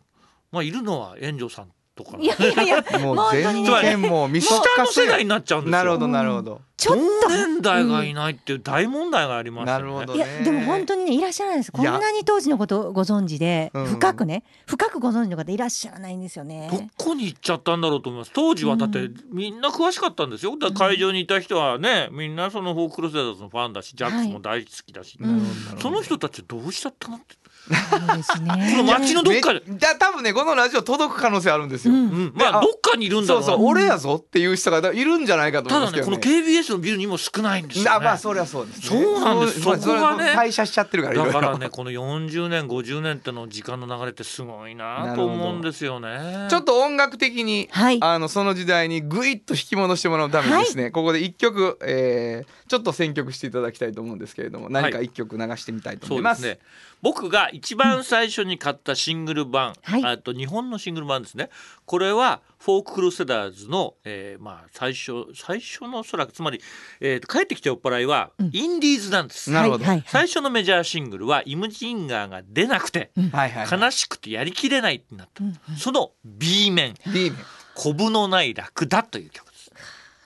Speaker 8: まあいるのは円城さんとか
Speaker 3: いやいやいや
Speaker 2: もう
Speaker 3: 本当に
Speaker 2: 全
Speaker 3: ね
Speaker 2: 然もう見透
Speaker 8: 下
Speaker 2: か
Speaker 8: の世代
Speaker 2: せ
Speaker 8: になっちゃうんですよ
Speaker 2: なるほどなるほど、
Speaker 3: ちょっ
Speaker 8: 同年代がいないっていう大問題があります
Speaker 2: な
Speaker 8: よ
Speaker 2: る
Speaker 8: ね、
Speaker 2: ほど
Speaker 3: とい
Speaker 2: ね
Speaker 3: やでも本当にねいらっしゃらないですこ
Speaker 2: い
Speaker 3: ん
Speaker 2: や
Speaker 3: なに当時のことをご存知で
Speaker 2: うん
Speaker 3: 深くね深くご存知の方いらっしゃらないんですよね
Speaker 8: どこに行っちゃったんだろうと思います当時はだっ
Speaker 3: う
Speaker 8: て
Speaker 3: ん
Speaker 8: みんな詳しかったんですよだから会場にいた人はねみんなそのフォークロスダーズのファンだしジャックスも大好きだし、
Speaker 3: うん
Speaker 2: なるほどなるほど
Speaker 8: その人たちどうしちゃったのって、
Speaker 3: そうです
Speaker 8: この
Speaker 3: ね
Speaker 8: 街のどっかで、
Speaker 2: めじゃあ多分ねこのラジオ届く可能性あるんです
Speaker 3: う
Speaker 2: よ、
Speaker 8: うんん、ま
Speaker 2: あ
Speaker 8: あどっかにいるんだ
Speaker 2: そ
Speaker 8: ろう
Speaker 2: う
Speaker 8: な
Speaker 2: そう、俺やぞっていう人がいるんじゃないかと思
Speaker 8: た
Speaker 2: いま
Speaker 8: だ
Speaker 2: すけ
Speaker 8: ね
Speaker 2: ど
Speaker 8: こ
Speaker 2: ね
Speaker 8: の KBS のビルにも少ないんですよ、ね、
Speaker 2: あまあそりゃそうです、ね、
Speaker 8: そうなんです
Speaker 2: そう
Speaker 8: そこがね
Speaker 2: それ退社しちゃってるからいろい
Speaker 8: だ
Speaker 2: ろ
Speaker 8: からねこの40年50年っての時間の流れってすごいなと思うんですよね
Speaker 2: ちょっと音楽的に、
Speaker 3: はい
Speaker 2: あのその時代にぐいっと引き戻してもらうためにですね、ここで一曲、えー、ちょっと選曲していただきたいと思うんですけれども何か一曲流してみたいと
Speaker 8: そ
Speaker 2: 思いうま。
Speaker 8: ですすね僕が一番最初に買ったシングル版、
Speaker 3: はい
Speaker 8: あと日本のシングル版ですねこれはフォーククルセダーズの、えーまあ最初最初のおそらくつまり、えーと帰ってきた酔っ払いは
Speaker 3: うん
Speaker 8: インディーズなんです、
Speaker 2: なるほど
Speaker 3: はいはい
Speaker 8: 最初のメジャーシングルはイムジンガーが出なくて
Speaker 2: はいはい、はい。
Speaker 8: 悲しくてやりきれないってなった、
Speaker 3: うん
Speaker 8: その B 面
Speaker 2: D 面
Speaker 8: 「コブのないラクダ」という曲です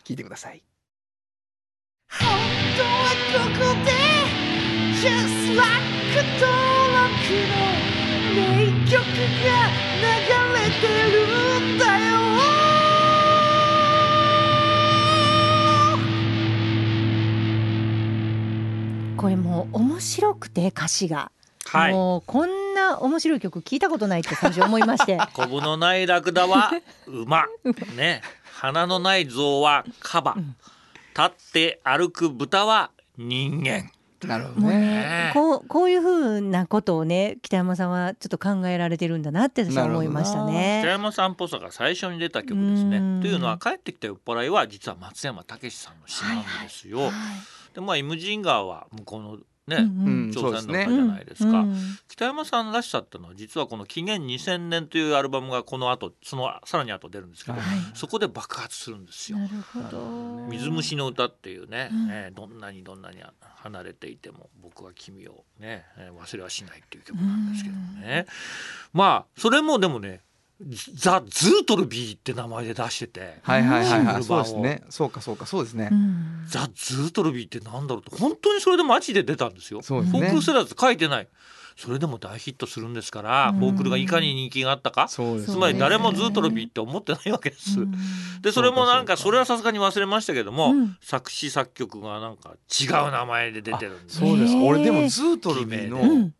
Speaker 2: 聞いてください。
Speaker 3: これもう面白くて歌詞が
Speaker 8: はい
Speaker 3: もうこんな面白い曲聞いたことないって最初思いまして
Speaker 8: コブのないラク ダは馬ね鼻のない象はカバ立って歩く豚は人間
Speaker 2: なるほど
Speaker 3: もう
Speaker 2: ね。
Speaker 3: ねこうこういうふうなことをね北山さんはちょっと考えられてるんだなって私は思いました
Speaker 8: 北
Speaker 3: ね。
Speaker 8: 山さんっぽさが最初に出た曲で
Speaker 3: う
Speaker 8: す
Speaker 3: ん
Speaker 8: ねというのは帰ってきた酔っ払いは実は松山武さんの詩なんですよ、でまあイムジンガーは向こうの
Speaker 3: う
Speaker 8: ね、
Speaker 3: んうん
Speaker 2: うん
Speaker 8: 調査
Speaker 2: そう
Speaker 8: の
Speaker 2: ですね
Speaker 8: 中じゃないですか、
Speaker 3: うん
Speaker 8: 北山さんらしさってのは実はこの紀元2000年というアルバムがこの後そのさらに後出るんですけど、
Speaker 2: はい
Speaker 8: そこで爆発するんですよ
Speaker 3: なるほど。
Speaker 8: 水虫の歌っていうね、
Speaker 3: うん
Speaker 8: えーどんなにどんなに離れていても僕は君をね、えー忘れはしないっていう曲なんですけどね、まあそれもでもねザ・ズートルビーって名前で出してて、
Speaker 2: はいはいはい
Speaker 8: シング
Speaker 2: はい。
Speaker 8: ル版
Speaker 2: そう
Speaker 8: を
Speaker 2: ですね。そうかそうかそうですね
Speaker 3: う。ん
Speaker 8: ザ・ズートルビーってなんだろうって本当にそれでマジで出たんですよ。
Speaker 2: そうです
Speaker 8: フォー
Speaker 2: ね
Speaker 8: ク。セラーズ書いてないそれでも大ヒットするんですから、
Speaker 3: うん
Speaker 8: フォークルがいかに人気があったか
Speaker 2: そうですね。
Speaker 8: つまり誰もズートルビーって思ってないわけです。でそれもなんか
Speaker 2: そ
Speaker 8: そ
Speaker 2: かそうか
Speaker 8: うれはさすがに忘れましたけども、
Speaker 3: うん
Speaker 8: 作詞作曲がなんか違う名前で出てるんで
Speaker 2: そうです。
Speaker 3: へー
Speaker 2: 俺でもズートルビー
Speaker 8: う
Speaker 3: う
Speaker 2: の
Speaker 3: ん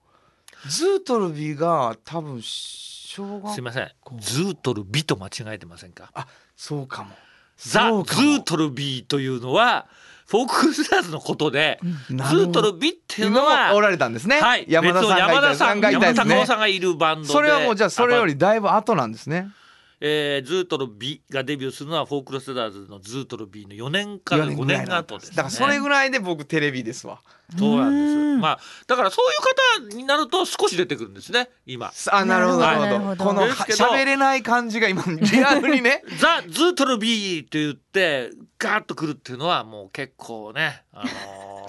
Speaker 2: ズートルビーが多分小
Speaker 8: すい
Speaker 2: 学
Speaker 8: ません
Speaker 2: こう
Speaker 8: ズートルビと間違えてませんか
Speaker 2: そうかも。
Speaker 8: ザ・ズ
Speaker 2: そうかも
Speaker 8: ートルビというのはフォーククスターズのことでズ
Speaker 2: なるほ
Speaker 8: ー
Speaker 2: ど
Speaker 8: トルビっていう
Speaker 2: 今
Speaker 8: の
Speaker 2: もお
Speaker 8: は
Speaker 2: られたんですね。
Speaker 8: はい
Speaker 2: 山田さんがいた
Speaker 8: 別の山田
Speaker 2: です
Speaker 8: さん
Speaker 2: ね
Speaker 8: 山田。さんがいるバンドで
Speaker 2: それはもうじゃあそれよりだいぶ後なんですね。
Speaker 8: えー、ズートルビがデビューするのはフォークロスダーズのズートルビの4年から
Speaker 2: 4年
Speaker 8: 5
Speaker 2: ぐらい
Speaker 8: 年
Speaker 2: の
Speaker 8: 後です、ね、
Speaker 2: だからそれぐらいで僕テレビですわ。
Speaker 8: そうなんです
Speaker 3: うん
Speaker 8: まあだからそういう方になると少し出てくるんですね今
Speaker 2: あなるほど
Speaker 3: なるほど
Speaker 2: なるほど。この
Speaker 8: ですけど
Speaker 2: 喋れない感じが今リアルに ね。
Speaker 8: ザ・ズートルビーって言ってガーッとくるっていうのはもう結構ね、あのー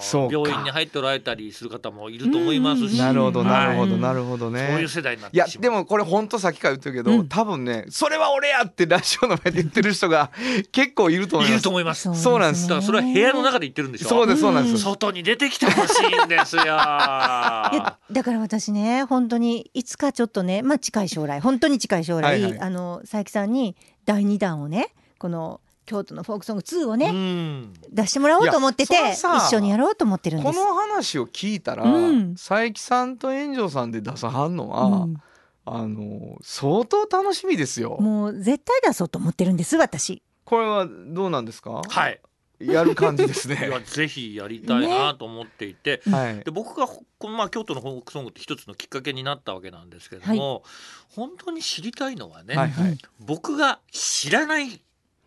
Speaker 2: そうか
Speaker 8: 病院に入っておられたりする方もいると思いますし、
Speaker 3: うん
Speaker 2: なるほどなるほど
Speaker 8: はい
Speaker 2: なるほどね。
Speaker 8: そういう世代になっ
Speaker 2: いや
Speaker 8: てしまう
Speaker 2: でもこれほんと先から言ってるけど、
Speaker 3: うん
Speaker 2: 多分ねそれは俺やってラジオの前で言ってる人が 結構いると思い
Speaker 8: い
Speaker 2: ま
Speaker 8: る
Speaker 2: す
Speaker 8: と。思います
Speaker 3: そう
Speaker 2: そうなんです
Speaker 8: だからそれは部屋の中で言ってるんでしょ
Speaker 2: そうですそうなんです。
Speaker 8: 外に出てきてほしいんです よ
Speaker 3: いやだから私ね本当にいつかちょっとねまあ近い将来本当に近い将来、
Speaker 2: はいはい
Speaker 3: あの佐伯さんに第二弾をねこの京都のフォークソング2をね、
Speaker 8: うん
Speaker 3: 出してもらおうと思ってて
Speaker 2: いやそれはさ
Speaker 3: 一緒にやろうと思ってるんで
Speaker 2: こ
Speaker 3: す。
Speaker 2: の話を聞いたら、
Speaker 3: うん
Speaker 2: 佐伯さんと炎上さんで出さはんのは、
Speaker 3: うん
Speaker 2: あの相当楽しみですよ。
Speaker 3: もう絶対出そうと思ってるんです私。
Speaker 2: これはどうなんですか？
Speaker 8: はい
Speaker 2: やる感じです
Speaker 8: いや
Speaker 2: ね。
Speaker 8: ぜひやりたいなと思っていて、
Speaker 2: はい
Speaker 8: で。僕がほこのまあ京都のフォークソングって一つのきっかけになったわけなんですけれども、本当に知りたいのはね、
Speaker 2: はいはい。
Speaker 8: 僕が知らない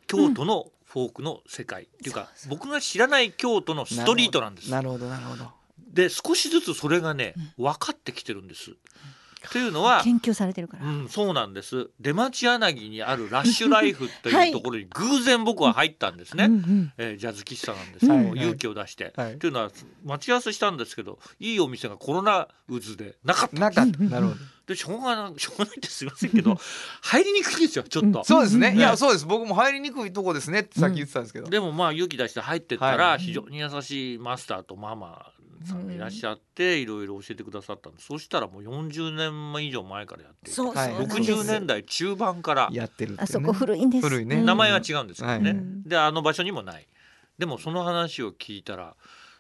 Speaker 8: 京都のフォークの世界、っていうか僕が知らない京都のストリートなんです
Speaker 2: なるほどなるほど。
Speaker 8: で少しずつそれがね分かってきてるんですというのは
Speaker 3: 研究されてるから、
Speaker 8: うん、そうなんです出町柳にあるラッシュライフというところに偶然僕は入ったんですね、
Speaker 3: うんうん
Speaker 8: えージャズ喫茶なんですけ
Speaker 2: は
Speaker 8: ど、
Speaker 2: いはい
Speaker 8: 勇気を出して、
Speaker 2: はい
Speaker 8: というのは待ち合わせしたんですけどいいお店がコロナ渦でなかった
Speaker 2: なんかなるほ
Speaker 8: でしょうがないしょうがないってすいませんけど入りにくいですよちょっと
Speaker 2: ど。。そうですね。い
Speaker 8: ね
Speaker 2: やそうです。僕も入りにくいとこですねってさっき言ってたんですけど。
Speaker 8: でもまあ勇気出して入ってった
Speaker 2: は
Speaker 8: ら非常に優しいマスターとママさんがいらっしゃっていろいろ教えてくださったんですそしたらもう40年以上前からやっていて
Speaker 3: そう
Speaker 2: はい
Speaker 3: そうなんです
Speaker 8: 60年代中盤から
Speaker 2: やってるってね。
Speaker 3: あそこ古いんです
Speaker 2: 古いね
Speaker 3: うん
Speaker 8: 名前は違うんですけどね、
Speaker 2: はい
Speaker 8: であの場所にもないでもその話を聞いたら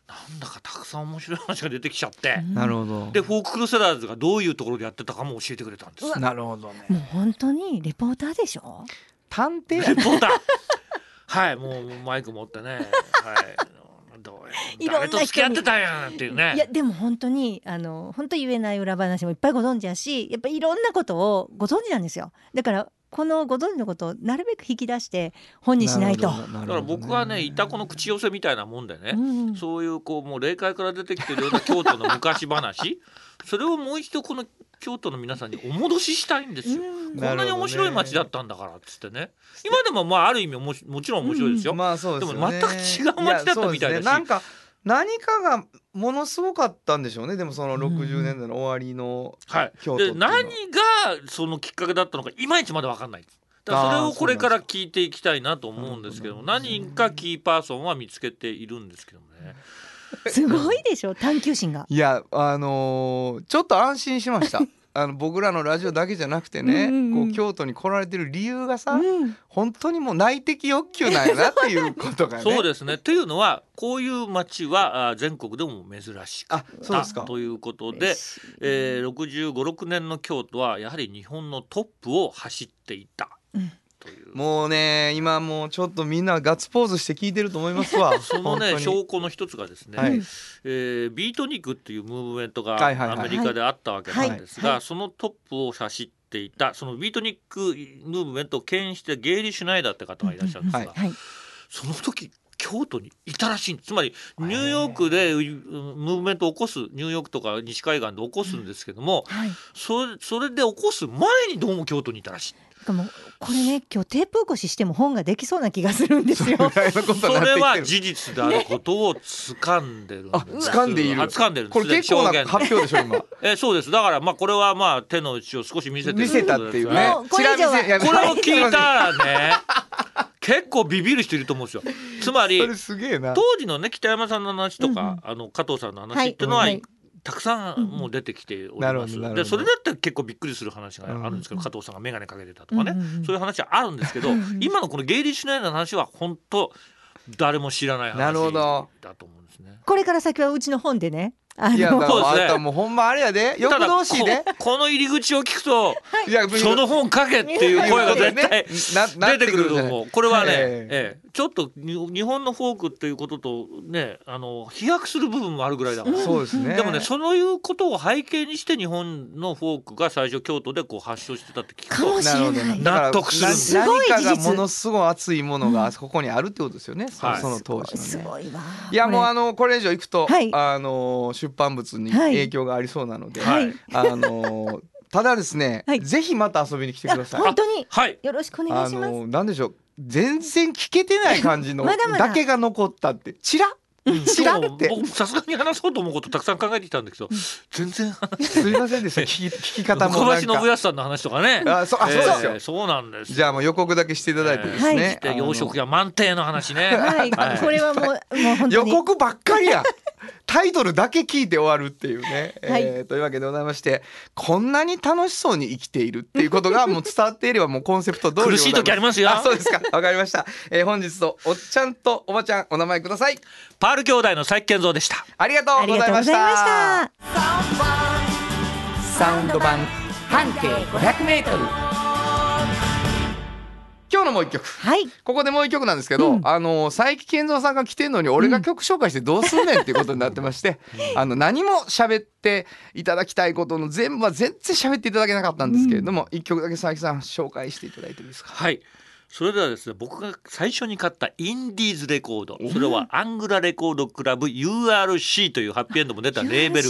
Speaker 8: なんだかたくさん面白い話が出てきちゃって、
Speaker 2: なるほど。
Speaker 8: でフォーククロセラーズがどういうところでやってたかも教えてくれたんです
Speaker 2: なるほどね。
Speaker 3: もう本当にレポーターでしょ
Speaker 2: 探偵や
Speaker 8: レ
Speaker 2: ね。
Speaker 8: ポーターはいもうマイク持ってねはいどう
Speaker 3: いろんな
Speaker 8: 誰
Speaker 3: 人
Speaker 8: と
Speaker 3: に
Speaker 8: 付き合ってたんやっていうね
Speaker 3: いやでも本当にあの本当言えない裏話もいっぱいご存知やしやっぱいろんなことをご存知なんですよだからこのご存知のことをなるべく引き出して本にしないと。
Speaker 2: るほど
Speaker 8: だから僕はねイタコの口寄せみたいなもんでね、
Speaker 3: うんうん
Speaker 8: そういうこうもう霊界から出てきてるような京都の昔話それをもう一度この京都の皆さんにお戻ししたいんですよ。
Speaker 3: うん
Speaker 8: こんなに面白い街だったんだからっつってね今でもまあある意味もしもちろん面白いですよ、
Speaker 2: まあそうですよね。
Speaker 8: でも全く違う街だ
Speaker 2: や
Speaker 8: ったみたいだし
Speaker 2: そうですねなんか何かがものすごかったんでしょうね。でもその60年代の終わりの
Speaker 8: はい
Speaker 2: 京都ってい
Speaker 8: で
Speaker 2: うのは
Speaker 8: 何がそのきっかけだったのかいまいちまだ分かんないだからそれをこれから聞いていきたいなと思うんですけども何人かキーパーソンは見つけているんですけどもね
Speaker 3: すごいでしょ探求心が。
Speaker 2: いやあのーちょっと安心しま した。あの僕らのラジオだけじゃなくてね、
Speaker 3: うんうんうん
Speaker 2: こう京都に来られてる理由がさ、
Speaker 3: うん
Speaker 2: 本当にもう内的欲求なんやなっていうことがね。
Speaker 8: そうですねというのはこういう街はあ全国でも珍しかっ
Speaker 2: あそうです
Speaker 8: た
Speaker 2: か。
Speaker 8: ということで、えー、6 5 6年の京都はやはり日本のトップを走っていたという。
Speaker 2: もうね今もうちょっとみんなガッツポーズして聞いてると思いますわ。
Speaker 8: その
Speaker 2: 本
Speaker 8: ね
Speaker 2: 当に
Speaker 8: 証拠の一つがですね、
Speaker 2: はい
Speaker 8: えービートニックっていうムーブメントが
Speaker 2: はいはいはい
Speaker 8: アメリカであったわけなんです
Speaker 3: はいは
Speaker 8: がそのトップを走っていたそのビートニックムーブメントを牽引してゲイリー・シュナイダーって方がいらっしゃるんです
Speaker 2: うん
Speaker 8: が
Speaker 3: はい、
Speaker 8: その時京都にいたらしいんですつまりニューヨークでうんムーブメントを起こすニューヨークとか西海岸で起こすんですけども、
Speaker 3: はい、
Speaker 8: それそれで起こす前にどうも京都にいたらしい。
Speaker 3: しかもこれね今日テープ起こししても本ができそうな気がするんですよ。
Speaker 2: ぐらいのこと
Speaker 8: そ
Speaker 2: になってきてる
Speaker 8: れは事実であることを掴んでるんです。
Speaker 2: あ掴んでいる
Speaker 8: あ掴んでるんです。
Speaker 2: これ結構
Speaker 8: 証
Speaker 2: な
Speaker 8: 言
Speaker 2: 発表でしょ 今。
Speaker 8: えそうです。だからまあこれはまあ手の内を少し見せてる
Speaker 2: 見せたっていうね
Speaker 3: もう。これ以上は
Speaker 2: チラ見せやめ
Speaker 8: こ
Speaker 2: て
Speaker 8: れを聞いた らね、結構ビビる人いると思うんですよ。つまり
Speaker 2: それすげえな。
Speaker 8: 当時のね北山さんの話とか、あの加藤さんの話っていうのは、
Speaker 3: はい
Speaker 8: たくさんもう出てきており
Speaker 2: うんうんなるほ
Speaker 8: ま
Speaker 2: ど
Speaker 8: す、
Speaker 2: なるほど
Speaker 8: でそれだったら結構びっくりする話があるんですけど、加藤さんが眼鏡かけてたとかね、
Speaker 3: うんうんうん
Speaker 8: そういう話はあるんですけど、今のこのゲイリー・シュナイダーの話は本当誰も知らない話
Speaker 2: なるほど
Speaker 8: だと思うんですね。
Speaker 3: これから先はうちの本でね。あの
Speaker 2: いやだから
Speaker 8: そう
Speaker 2: あ
Speaker 8: ですね
Speaker 2: なたもうほんまあれやでよく
Speaker 8: ただ
Speaker 2: 同士で
Speaker 8: こ。この入り口を聞くと
Speaker 2: いや
Speaker 8: その本書けっていう声が絶対
Speaker 2: なな
Speaker 8: 出てくると思う。これはね、
Speaker 2: はい
Speaker 8: ええちょっとに日本のフォークっていうこととね、あの飛躍する部分もあるぐらいだから。
Speaker 2: そうですね。
Speaker 8: でもね、そういうことを背景にして日本のフォークが最初京都でこう発祥してたって聞く
Speaker 3: か
Speaker 8: と
Speaker 3: もしれない。
Speaker 8: な納得する
Speaker 2: だか
Speaker 3: す
Speaker 2: ら
Speaker 3: ごい事実
Speaker 2: 何かがものすごい熱いものがここにあるってことですよね。そ
Speaker 8: はい
Speaker 2: その当時
Speaker 3: す
Speaker 2: のね。
Speaker 3: ごいわ。
Speaker 2: いやもうあ
Speaker 3: の
Speaker 2: のこれ以上いくと、
Speaker 3: はい
Speaker 2: あの出版物に
Speaker 3: はい
Speaker 2: 影響がありそうなので、
Speaker 8: はい
Speaker 2: あのただですね、
Speaker 3: はい
Speaker 2: ぜひまた遊びに来てください。
Speaker 3: 本当に
Speaker 8: はい。
Speaker 3: よろしくお願
Speaker 2: あ
Speaker 3: いします。
Speaker 2: のなんでしょう全然聞けてない感じの
Speaker 3: まだまだ
Speaker 2: けが残ったってチラチラって
Speaker 8: でも僕さすがに話そうと思うことたくさん考えてきたんだけど、全然話
Speaker 2: すいませんで した聞き聞き方も
Speaker 8: 小
Speaker 2: なん
Speaker 8: 林信
Speaker 2: か
Speaker 8: 康さんの話とかね。
Speaker 2: あそうあそうですよ
Speaker 8: ええそうなんですよ。
Speaker 2: じゃあもう予告だけしていただいてですね、
Speaker 8: で
Speaker 2: あの
Speaker 8: 洋食や満点の話ね。
Speaker 3: はい、
Speaker 8: はい
Speaker 3: これはもう、もう本当
Speaker 2: 予
Speaker 3: に。
Speaker 2: 告ばっかりや タイトルだけ聞いて終わるっていうね、
Speaker 3: はい
Speaker 2: えーというわけでございましてこんなに楽しそうに生きているっていうことがもう伝わっていればもうコンセプト通りでござ
Speaker 8: 苦しい時ありますよ
Speaker 2: あそうですかわかりました、えー本日のおっちゃんとおばちゃんお名前ください
Speaker 8: パール兄弟の佐伯健三でした。
Speaker 2: ありが
Speaker 3: あ
Speaker 2: とう
Speaker 3: り
Speaker 2: ご
Speaker 3: がとご
Speaker 2: ざいうま
Speaker 3: ざ
Speaker 2: し
Speaker 3: いましたた。
Speaker 2: サウンド版半径 500m 今日のもう一曲
Speaker 3: はい、
Speaker 2: ここでもう一曲なんですけど、あの佐伯健三さんが来てんのに俺が曲紹介してどうすんねんっていうことになってま して、あの何も喋っていただきたいことの全部は全然喋っていただけなかったんですけれども、一曲だけ佐伯さん紹介していただいてもいいですか
Speaker 8: はい。それではですね僕が最初に買ったインディーズレコードそれはアングラレコードクラブ URC というハッピーエンドも出たレーベル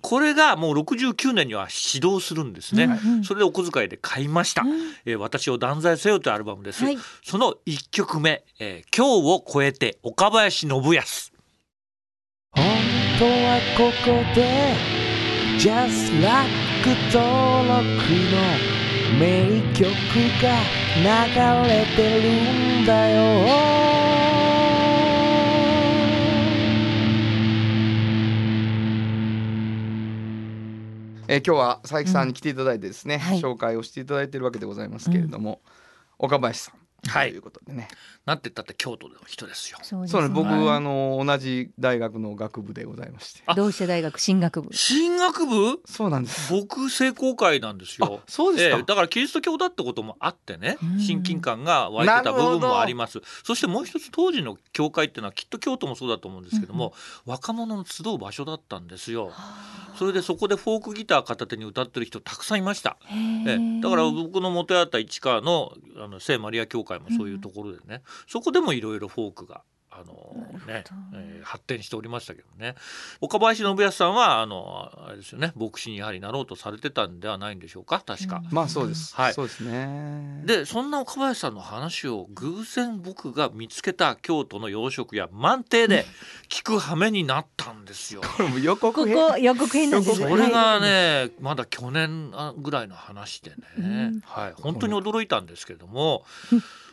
Speaker 8: これがもう69年には始動するんですね、それでお小遣いで買いました「えー私を断罪せよ」というアルバムです、
Speaker 3: はい
Speaker 8: その1曲目、えー今日を超えて」岡林信康
Speaker 7: 本当はここで Just Rock 登録の名曲が流れてるんだよ
Speaker 2: えー今日は佐伯さんに来ていただいてですね、
Speaker 3: はい
Speaker 2: 紹介をしていただいてるわけでございますけれども、岡林さんと
Speaker 8: はい
Speaker 2: いうことでね、
Speaker 8: なんて言ったって京都の人ですよ
Speaker 9: そうです
Speaker 2: そう
Speaker 9: ね
Speaker 2: ね僕、
Speaker 8: はい
Speaker 2: あの同じ大学の学部でございまして
Speaker 8: あ
Speaker 9: 同志社大学進学部
Speaker 8: 進学部
Speaker 2: そうなんです
Speaker 8: 僕聖公会なんですよ
Speaker 2: あそうですか
Speaker 8: ええだからキリスト教だってこともあってね
Speaker 9: うん
Speaker 8: 親近感が湧いてた部分もありますそしてもう一つ当時の教会っていうのはきっと京都もそうだと思うんですけども、若者の集う場所だったんですよそれでそこでフォークギター片手に歌ってる人たくさんいましたええだから僕の元やった市川のあの聖マリア教会もそういうところでね、そこでもいろいろフォークが。あのねえー発展しておりましたけどね岡林信康さんはあのあれですよね牧師にやはりなろうとされてたんではないんでしょうか確か。
Speaker 2: まあそうです、
Speaker 8: はい
Speaker 2: そうですね
Speaker 8: でそんな岡林さんの話を偶然僕が見つけた京都の洋食屋満亭で聞く羽目になったんですよ。
Speaker 2: これも予告
Speaker 9: こ
Speaker 2: 編
Speaker 9: こ予告編なんです
Speaker 8: そ
Speaker 9: よ
Speaker 8: れがねまだ去年ぐらいの話でね、
Speaker 9: うん
Speaker 8: はい、本当に驚いたんですけれども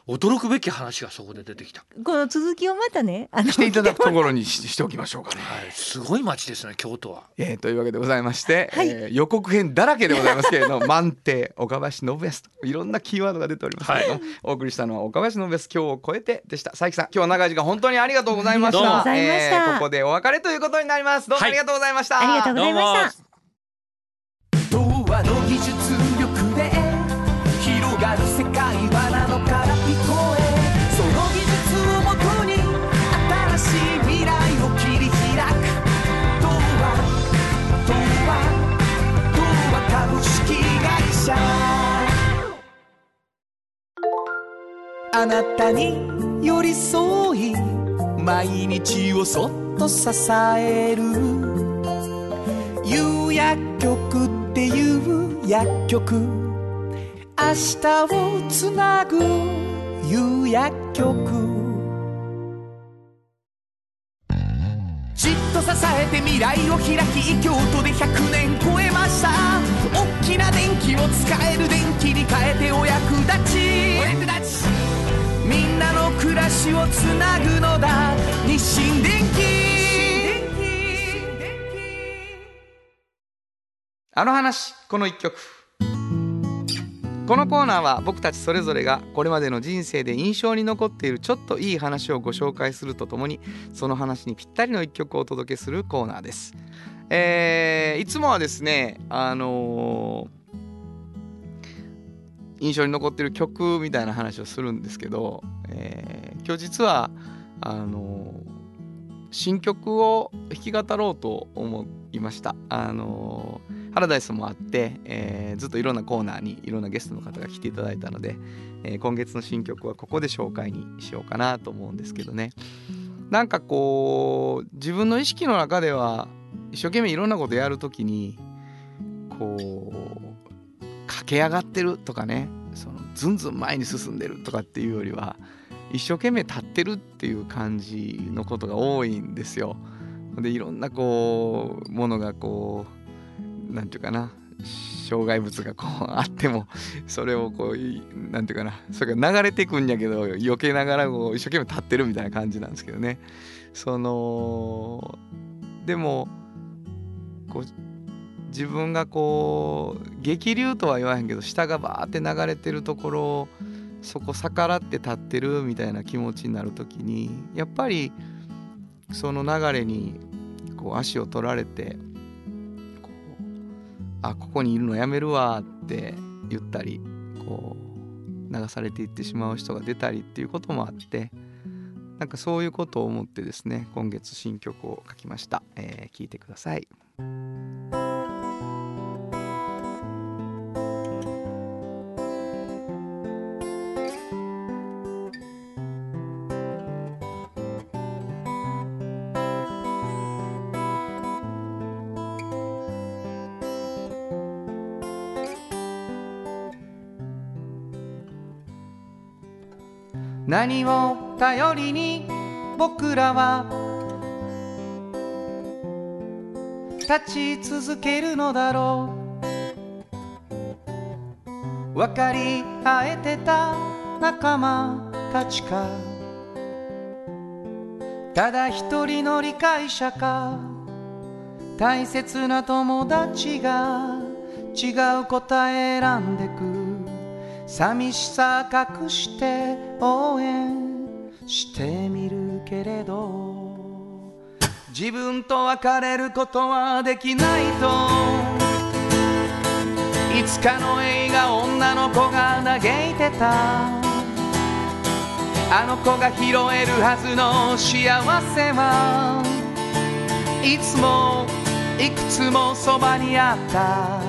Speaker 8: 驚くべき話がそこで出てきた、
Speaker 9: この続きをまたねあの
Speaker 2: 来ていただくところにししておきましょうかね。
Speaker 8: はい、すごい街ですね京都は。
Speaker 2: えー、というわけでございまして、えー予告編だらけでございますけれども満点岡林信康といろんなキーワードが出ておりますけれども、お送りしたのは岡林信康今日を超えてでした佐伯さん今日は長い時間本当にありがとうございました
Speaker 8: どうもあ
Speaker 9: りがとうございました
Speaker 2: えーここでお別れということになりますどうもありがとうございました、
Speaker 9: ありがとうご
Speaker 8: ど
Speaker 9: ざ
Speaker 8: う
Speaker 9: いま
Speaker 8: も
Speaker 9: した
Speaker 4: 童話の技術力で広がる世界はなのから聞こえその技術をもとに新しい未来を切り開く童話童話童話株式会社あなたに寄り添い毎日をそっと支える釉薬局っていう薬局明日をつなぐ釉薬局じっと支えて未来を開き京都で100年超えました大きな電気を使える電気に変えてお役立ちお役立ちみんなの暮らしをつなぐのだ日清電気
Speaker 2: あの話この一曲このコーナーは僕たちそれぞれがこれまでの人生で印象に残っているちょっといい話をご紹介するとともにその話にぴったりの一曲をお届けするコーナーです。えーいつもはですねあのー印象に残っている曲みたいな話をするんですけど、えー今日実はあのー新曲を弾き語ろうと思いました。あのーハラダイスもあって、えーずっといろんなコーナーにいろんなゲストの方が来ていただいたので、えー今月の新曲はここで紹介にしようかなと思うんですけどねなんかこう自分の意識の中では一生懸命いろんなことやるときにこう駆け上がってるとかねそのずんずん前に進んでるとかっていうよりは一生懸命立ってるっていう感じのことが多いんですよ。でいろんなこうものがこうなんていうかな障害物がこうあってもそれをこういなんていうかなそれが流れてくんやけど避けながらこう一生懸命立ってるみたいな感じなんですけどねそのでもこう自分がこう激流とは言わへんけど下がバーって流れてるところをそこ逆らって立ってるみたいな気持ちになる時にやっぱりその流れにこう足を取られてこうあここにいるのやめるわって言ったりこう流されていってしまう人が出たりっていうこともあってなんかそういうことを思ってですね今月新曲を書きました、えー、聞いてください何を頼りに僕らは立ち続けるのだろう分かり合えてた仲間たちかただ一人の理解者か大切な友達が違う答え選んでく寂しさ隠して応援してみるけれど自分と別れることはできないといつかの映画女の子が嘆いてたあの子が拾えるはずの幸せはいつもいくつもそばにあった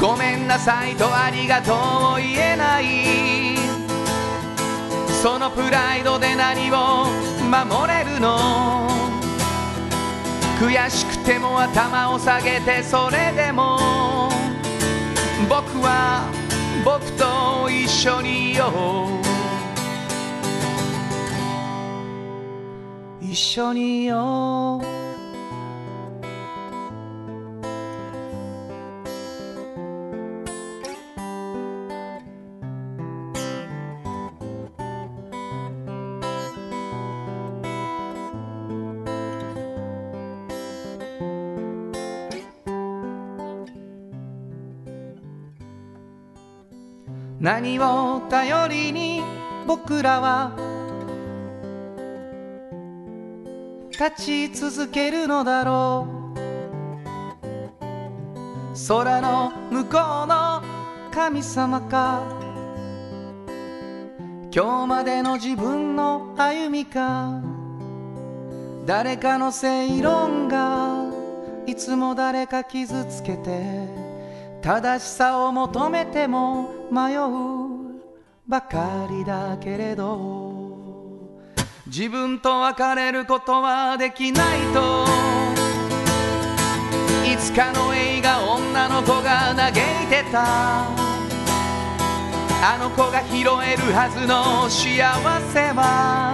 Speaker 2: ごめんなさいとありがとうを言えないそのプライドで何を守れるの悔しくても頭を下げてそれでも僕は僕と一緒にいよう一緒にいよう何を頼りに僕らは立ち続けるのだろう空の向こうの神様か今日までの自分の歩みか誰かの正論がいつも誰か傷つけて正しさを求めても迷うばかりだけれど自分と別れることはできないといつかの映画女の子が嘆いてたあの子が拾えるはずの幸せは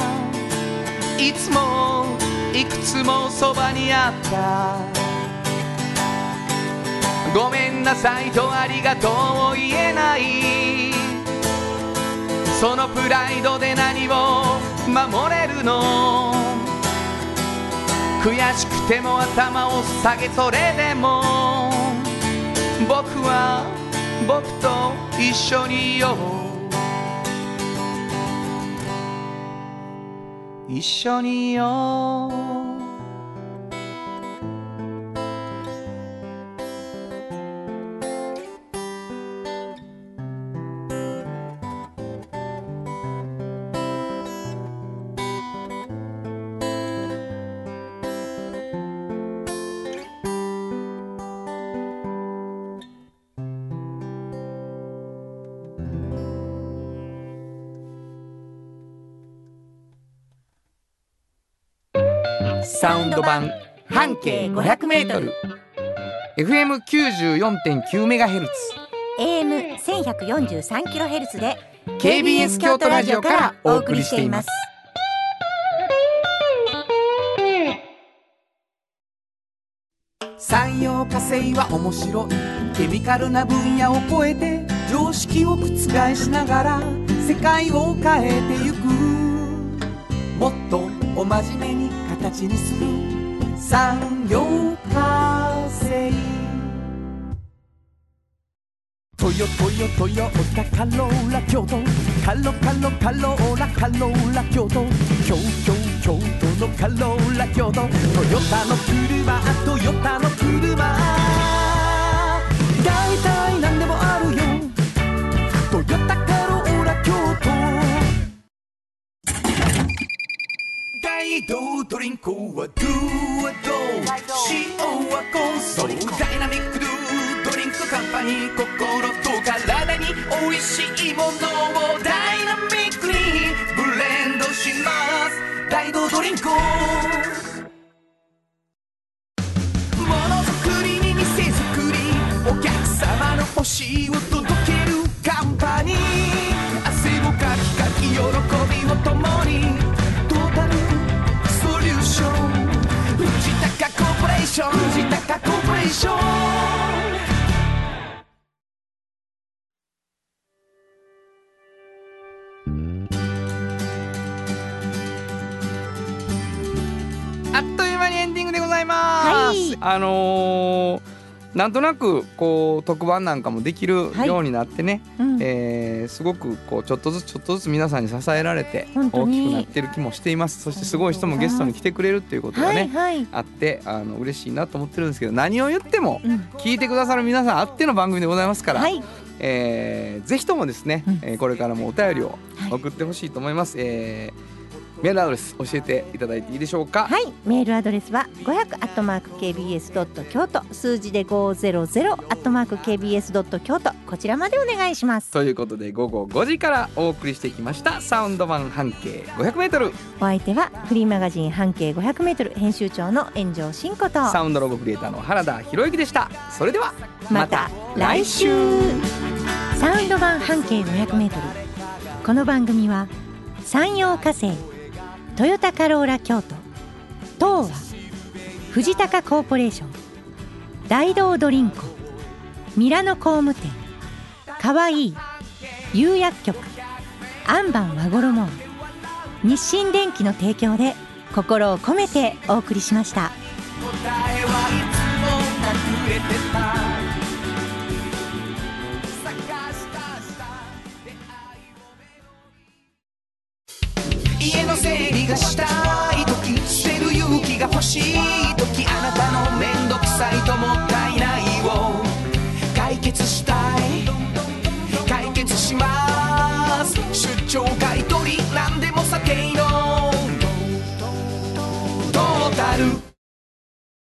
Speaker 2: いつもいくつもそばにあったごめんなさいとありがとうを言えないそのプライドで何を守れるの悔しくても頭を下げそれでも僕は僕と一緒にいよう一緒にいようサウンド版半径500メートル FM 94.9メガヘルツ
Speaker 3: AM 1143キロヘルツで
Speaker 2: KBS 京都ラジオからお送りしています。
Speaker 4: 産業化成は面白いケミカルな分野を超えて常識を覆しながら世界を変えてゆくもっとお真面目に形にする産業化成トヨトヨトヨタカローラ京都カロカロカローラカローラ京都京京京都のカローラ京都トヨタの車トヨタの車だいたいなんでもあるよトヨタカローラ京都大道ドリンクはドゥはドゥ塩はコンソーダイナミックドゥドリンクカンパニー心と体に美味しいものをダイナミックにブレンドします大道ドリンクものづくりに店づくりお客様の欲しいを届けるカンパニー汗をション自宅コーポレーション
Speaker 2: あっという間にエンディングでございます。あのーなんとなくこう特番なんかもできる
Speaker 3: はい
Speaker 2: ようになってね、
Speaker 3: うん
Speaker 2: えーすごくこうちょっとずつちょっとずつ皆さんに支えられて
Speaker 3: 本当
Speaker 2: 大き
Speaker 3: に
Speaker 2: くなってる気もしていますそしてすごい人もゲストに来てくれるっていうことが
Speaker 3: は
Speaker 2: ね、
Speaker 3: いはい。
Speaker 2: あってあの嬉しいなと思ってるんですけど何を言っても
Speaker 3: うん
Speaker 2: 聞いてくださる皆さんあっての番組でございますから、
Speaker 3: はい。
Speaker 2: えーぜひともですね、
Speaker 3: うん
Speaker 2: えーこれからもお便りを送ってほしいと思います、えーメールアドレス教えていただいていいでしょうか、
Speaker 10: はい
Speaker 3: メールアドレスは500アットマーク kbs ドット京都数字で500アットマーク kbs ドット京都こちらまでお願いします。
Speaker 2: ということで午後5時からお送りしてきましたサウンド版半径 500m
Speaker 3: お相手はフリーマガジン半径500メートル編集長の炎上真子と
Speaker 2: サウンドロゴクリエイターの原田博之でしたそれでは
Speaker 3: また来週サウンド版半径 500m この番組は山陽火星トヨタカローラ京都東和藤高コーポレーション大道ドリンクミラノ工務店かわいい釉薬局アンバン和衣日清電機の提供で心を込めてお送りしました。
Speaker 4: 家の整理がしたい時捨てる勇気が欲しい時あなたの面倒くさいともったいないを解決したい解決します出張買い取り何でも避けいのトータル